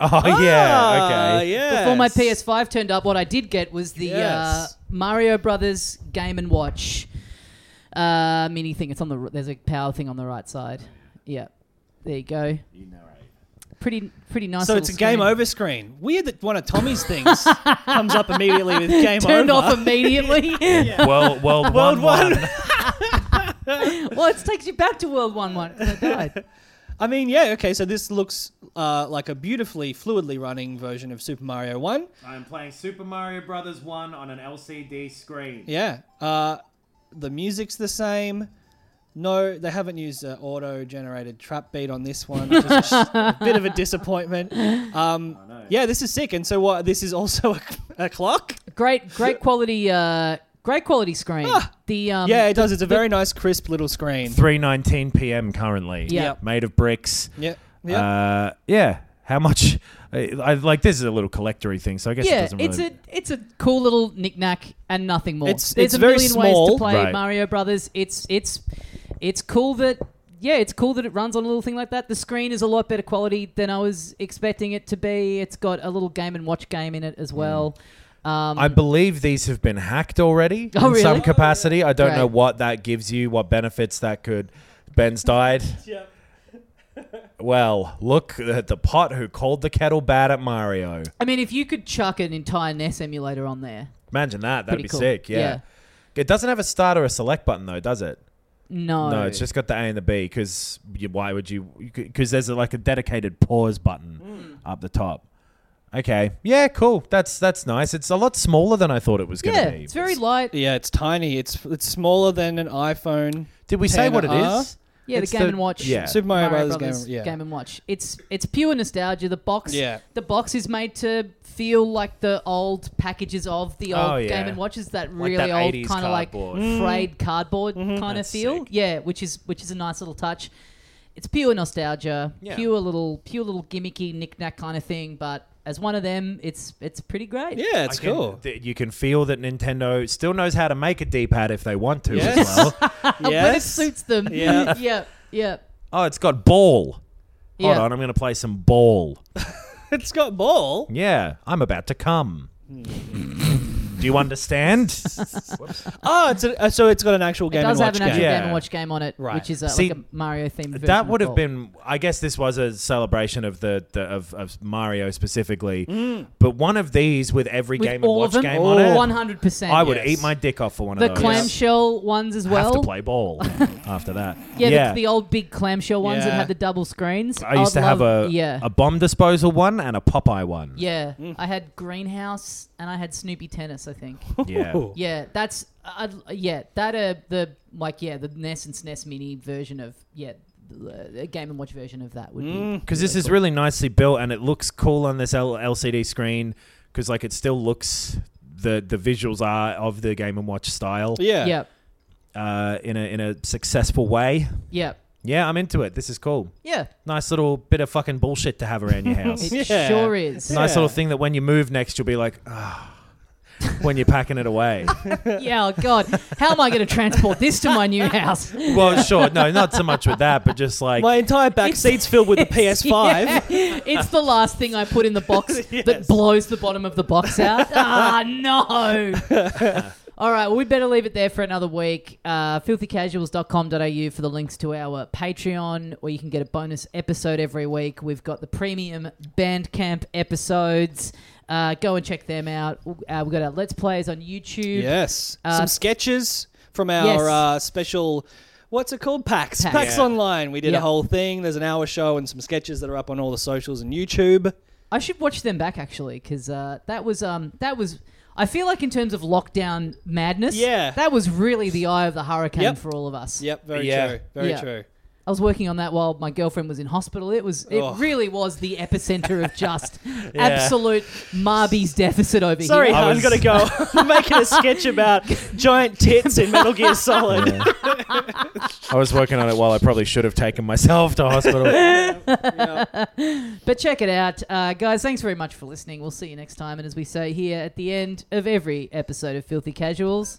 [SPEAKER 3] oh yeah, okay.
[SPEAKER 2] Yeah.
[SPEAKER 1] Before my PS5 turned up, what I did get was the uh,
[SPEAKER 2] Yes.
[SPEAKER 1] Mario Brothers Game and Watch uh, mini thing. It's on the r- there's a power thing on the right side. Yeah, there you go.
[SPEAKER 3] You narrate.
[SPEAKER 1] Pretty pretty nice.
[SPEAKER 2] So it's a
[SPEAKER 1] little
[SPEAKER 2] game
[SPEAKER 1] screen.
[SPEAKER 2] over screen. Weird that one of Tommy's things <laughs> comes up immediately with
[SPEAKER 1] <laughs>
[SPEAKER 2] game
[SPEAKER 1] Turned
[SPEAKER 2] over.
[SPEAKER 1] off
[SPEAKER 2] <laughs>
[SPEAKER 1] immediately.
[SPEAKER 3] World <laughs> World,
[SPEAKER 2] World
[SPEAKER 3] One.
[SPEAKER 2] One.
[SPEAKER 3] one.
[SPEAKER 1] <laughs> Well, it takes you back to World One
[SPEAKER 2] <laughs>
[SPEAKER 1] One. 'cause I died.
[SPEAKER 2] I mean, yeah, okay, so this looks uh, like a beautifully, fluidly running version of Super Mario 1.
[SPEAKER 3] I'm playing Super Mario Brothers One on an LCD screen.
[SPEAKER 2] Yeah. Uh, the music's the same. No, they haven't used an auto generated trap beat on this one, which is a bit of a disappointment. Um, yeah, this is sick. And so, what? This is also <laughs> a, a clock?
[SPEAKER 1] Great, great quality. Uh, great quality screen. The um,
[SPEAKER 2] Ah. Yeah, it does. It's a very nice, crisp little screen.
[SPEAKER 3] 3:19 p.m. currently.
[SPEAKER 1] Yeah.
[SPEAKER 2] Yep.
[SPEAKER 3] Made of bricks.
[SPEAKER 2] Yeah. Yeah.
[SPEAKER 3] Uh, yeah. How much? <laughs> I, I like this is a little collectory thing, so I guess it
[SPEAKER 1] Yeah,
[SPEAKER 3] doesn't
[SPEAKER 1] it's
[SPEAKER 3] really.
[SPEAKER 1] a it's a cool little knickknack and nothing more.
[SPEAKER 2] It's-
[SPEAKER 1] There's
[SPEAKER 2] it's
[SPEAKER 1] a
[SPEAKER 2] very
[SPEAKER 1] million ways to
[SPEAKER 2] small.
[SPEAKER 1] play
[SPEAKER 3] Right.
[SPEAKER 1] Mario Brothers. It's it's it's cool that yeah, it's cool that it runs on a little thing like that. The screen is a lot better quality than I was expecting it to be. It's got a little game and watch game in it as
[SPEAKER 3] Hmm.
[SPEAKER 1] well. Um,
[SPEAKER 3] I believe these have been hacked already
[SPEAKER 1] Oh,
[SPEAKER 3] in some
[SPEAKER 1] really?
[SPEAKER 3] capacity. I don't know
[SPEAKER 1] Great.
[SPEAKER 3] what that gives you, what benefits that could.
[SPEAKER 1] <laughs>
[SPEAKER 3] Ben's died. Well, look at the pot who called the kettle bad at Mario.
[SPEAKER 1] I mean, if you could chuck an entire NES emulator on there,
[SPEAKER 3] Imagine that. That'd
[SPEAKER 1] Pretty
[SPEAKER 3] be
[SPEAKER 1] cool.
[SPEAKER 3] sick. Yeah.
[SPEAKER 1] Yeah.
[SPEAKER 3] It doesn't have a start or a select button though, does it?
[SPEAKER 1] no,
[SPEAKER 3] No, it's just got the A and the B. Because why would you? Because there's a, like a dedicated pause
[SPEAKER 1] Hmm.
[SPEAKER 3] button up the top. Okay. Yeah. Cool. That's that's nice. It's a lot smaller than I thought it was going to
[SPEAKER 1] yeah,
[SPEAKER 3] be.
[SPEAKER 1] it's very light.
[SPEAKER 2] Yeah, it's tiny. It's it's smaller than an iPhone.
[SPEAKER 3] Did we say what it
[SPEAKER 2] 10R?
[SPEAKER 3] is?
[SPEAKER 1] Yeah,
[SPEAKER 3] It's
[SPEAKER 1] the Game and Watch.
[SPEAKER 3] Yeah.
[SPEAKER 2] Super Mario Brothers Game- yeah.
[SPEAKER 1] Game and Watch. It's it's pure nostalgia. The box.
[SPEAKER 2] Yeah.
[SPEAKER 1] The box is made to feel like the old packages of the old
[SPEAKER 3] Oh, yeah.
[SPEAKER 1] Game and Watches. That
[SPEAKER 3] Like
[SPEAKER 1] really
[SPEAKER 3] that
[SPEAKER 1] old
[SPEAKER 3] 80s
[SPEAKER 1] kind of like
[SPEAKER 3] cardboard. Mm-hmm.
[SPEAKER 1] frayed cardboard kind of
[SPEAKER 3] That's
[SPEAKER 1] feel.
[SPEAKER 3] sick.
[SPEAKER 1] Yeah, which is which is a nice little touch. It's pure nostalgia.
[SPEAKER 3] Yeah.
[SPEAKER 1] Pure little pure little gimmicky knick knack kind of thing, but. as one of them, it's it's pretty great.
[SPEAKER 2] Yeah, it's
[SPEAKER 3] I can-
[SPEAKER 2] cool.
[SPEAKER 3] th- you can feel that Nintendo still knows how to make a D-pad if they want to
[SPEAKER 2] Yes.
[SPEAKER 3] as well.
[SPEAKER 1] When it
[SPEAKER 2] yes.
[SPEAKER 1] suits them.
[SPEAKER 2] Yeah.
[SPEAKER 1] <laughs> yeah. Yeah.
[SPEAKER 3] <laughs> oh, it's got ball. Hold
[SPEAKER 1] Yeah.
[SPEAKER 3] on, I'm going to play some ball.
[SPEAKER 2] it's got ball.
[SPEAKER 3] Yeah, I'm about to come. Do you
[SPEAKER 1] <laughs>
[SPEAKER 3] understand?
[SPEAKER 2] Oh, it's a, uh, so it's got an actual
[SPEAKER 1] It
[SPEAKER 2] game
[SPEAKER 1] does
[SPEAKER 2] and
[SPEAKER 1] have
[SPEAKER 2] watch
[SPEAKER 1] an actual Game
[SPEAKER 2] game.
[SPEAKER 3] game. Yeah.
[SPEAKER 1] and Watch game on it,
[SPEAKER 2] Right.
[SPEAKER 1] which is uh,
[SPEAKER 3] See,
[SPEAKER 1] like a Mario themed.
[SPEAKER 3] that would have been. I guess this was a celebration of the, the of, of Mario specifically, but one of these with every
[SPEAKER 1] with
[SPEAKER 3] game and
[SPEAKER 1] all
[SPEAKER 3] watch
[SPEAKER 1] of them. Oh,
[SPEAKER 3] game on it.
[SPEAKER 1] One hundred percent.
[SPEAKER 3] I would
[SPEAKER 2] Yes.
[SPEAKER 3] eat my dick off for one
[SPEAKER 1] The
[SPEAKER 3] of those.
[SPEAKER 1] clamshell ones as well.
[SPEAKER 3] Have to
[SPEAKER 1] <laughs>
[SPEAKER 3] play ball after that.
[SPEAKER 1] Yeah, The, the old big clamshell ones that
[SPEAKER 2] Yeah.
[SPEAKER 1] had the double screens.
[SPEAKER 3] I used
[SPEAKER 1] I'd
[SPEAKER 3] to have
[SPEAKER 1] love-
[SPEAKER 3] a
[SPEAKER 1] yeah.
[SPEAKER 3] a bomb disposal one and a Popeye one.
[SPEAKER 1] yeah,
[SPEAKER 3] Mm.
[SPEAKER 1] I had Greenhouse and I had Snoopy Tennis, I
[SPEAKER 3] <laughs>
[SPEAKER 1] think.
[SPEAKER 3] Yeah.
[SPEAKER 2] Ooh.
[SPEAKER 1] yeah, that's I'd, yeah, that uh the like yeah, the NES and SNES mini version of yeah, the uh, Game and Watch version of that would be
[SPEAKER 3] because Mm, this is really nicely built and it looks cool on this L- LCD screen because like it still looks the the visuals are of the Game and Watch style
[SPEAKER 2] Yeah.
[SPEAKER 1] yeah,
[SPEAKER 3] uh, in a in a successful way.
[SPEAKER 1] yeah,
[SPEAKER 3] <laughs> Yeah, I'm into it. This is cool.
[SPEAKER 1] yeah.
[SPEAKER 3] Nice little bit of fucking bullshit to have around
[SPEAKER 2] <laughs>
[SPEAKER 3] your house.
[SPEAKER 1] It
[SPEAKER 3] It's
[SPEAKER 2] Yeah.
[SPEAKER 1] sure is.
[SPEAKER 3] a nice
[SPEAKER 2] Yeah.
[SPEAKER 3] little thing that when you move next, you'll be like, ah, when you're packing
[SPEAKER 2] <laughs>
[SPEAKER 3] it away.
[SPEAKER 1] yeah, oh God, how am I going to transport this to my
[SPEAKER 3] <laughs>
[SPEAKER 1] new house?
[SPEAKER 3] well, sure, no, not so much with that, but just like
[SPEAKER 2] My entire
[SPEAKER 1] <laughs>
[SPEAKER 2] back
[SPEAKER 1] It's-
[SPEAKER 2] seat's filled with the PS5.
[SPEAKER 1] Yeah. It's the last thing I put in the
[SPEAKER 2] <laughs>
[SPEAKER 1] box
[SPEAKER 2] Yes.
[SPEAKER 1] that blows the bottom of the box
[SPEAKER 2] <laughs>
[SPEAKER 1] out. ah, no. All right, well, we better leave it there for another week. Uh, filthycasuals.com.au for the links to our Patreon, where you can get a bonus episode every week. We've got the premium Bandcamp episodes. Uh, go and check them out. Uh, we've got our Let's Plays on YouTube.
[SPEAKER 2] Yes.
[SPEAKER 1] Uh,
[SPEAKER 2] Some sketches from our
[SPEAKER 1] yes.
[SPEAKER 2] uh, special. What's it called? PAX.
[SPEAKER 1] PAX.
[SPEAKER 2] PAX,
[SPEAKER 3] Yeah.
[SPEAKER 2] Online. We did
[SPEAKER 1] Yeah.
[SPEAKER 2] a whole thing. There's an hour show and some sketches that are up on all the socials and YouTube.
[SPEAKER 1] I should watch them back actually because uh, that was um, that was. I feel like in terms of lockdown madness,
[SPEAKER 2] Yeah.
[SPEAKER 1] that was really the eye of the hurricane
[SPEAKER 2] Yep.
[SPEAKER 1] for all of us.
[SPEAKER 2] Yep, very
[SPEAKER 3] Yeah.
[SPEAKER 2] true. Very
[SPEAKER 1] Yeah.
[SPEAKER 2] true.
[SPEAKER 1] I was working on that while my girlfriend was in hospital. It was it
[SPEAKER 2] Oh.
[SPEAKER 1] really was the epicenter of
[SPEAKER 2] <laughs>
[SPEAKER 1] just absolute Marby's deficit over
[SPEAKER 2] Sorry,
[SPEAKER 1] here.
[SPEAKER 3] I
[SPEAKER 2] I'm
[SPEAKER 3] was-
[SPEAKER 2] gonna go <laughs> I'm making a sketch about giant tits in Metal Gear Solid.
[SPEAKER 3] Yeah. I was working on it while I probably should have taken myself to
[SPEAKER 2] <laughs>
[SPEAKER 3] hospital.
[SPEAKER 1] But check it out, uh, guys. Thanks very much for listening. We'll see you next time. And as we say here at the end of every episode of Filthy Casuals,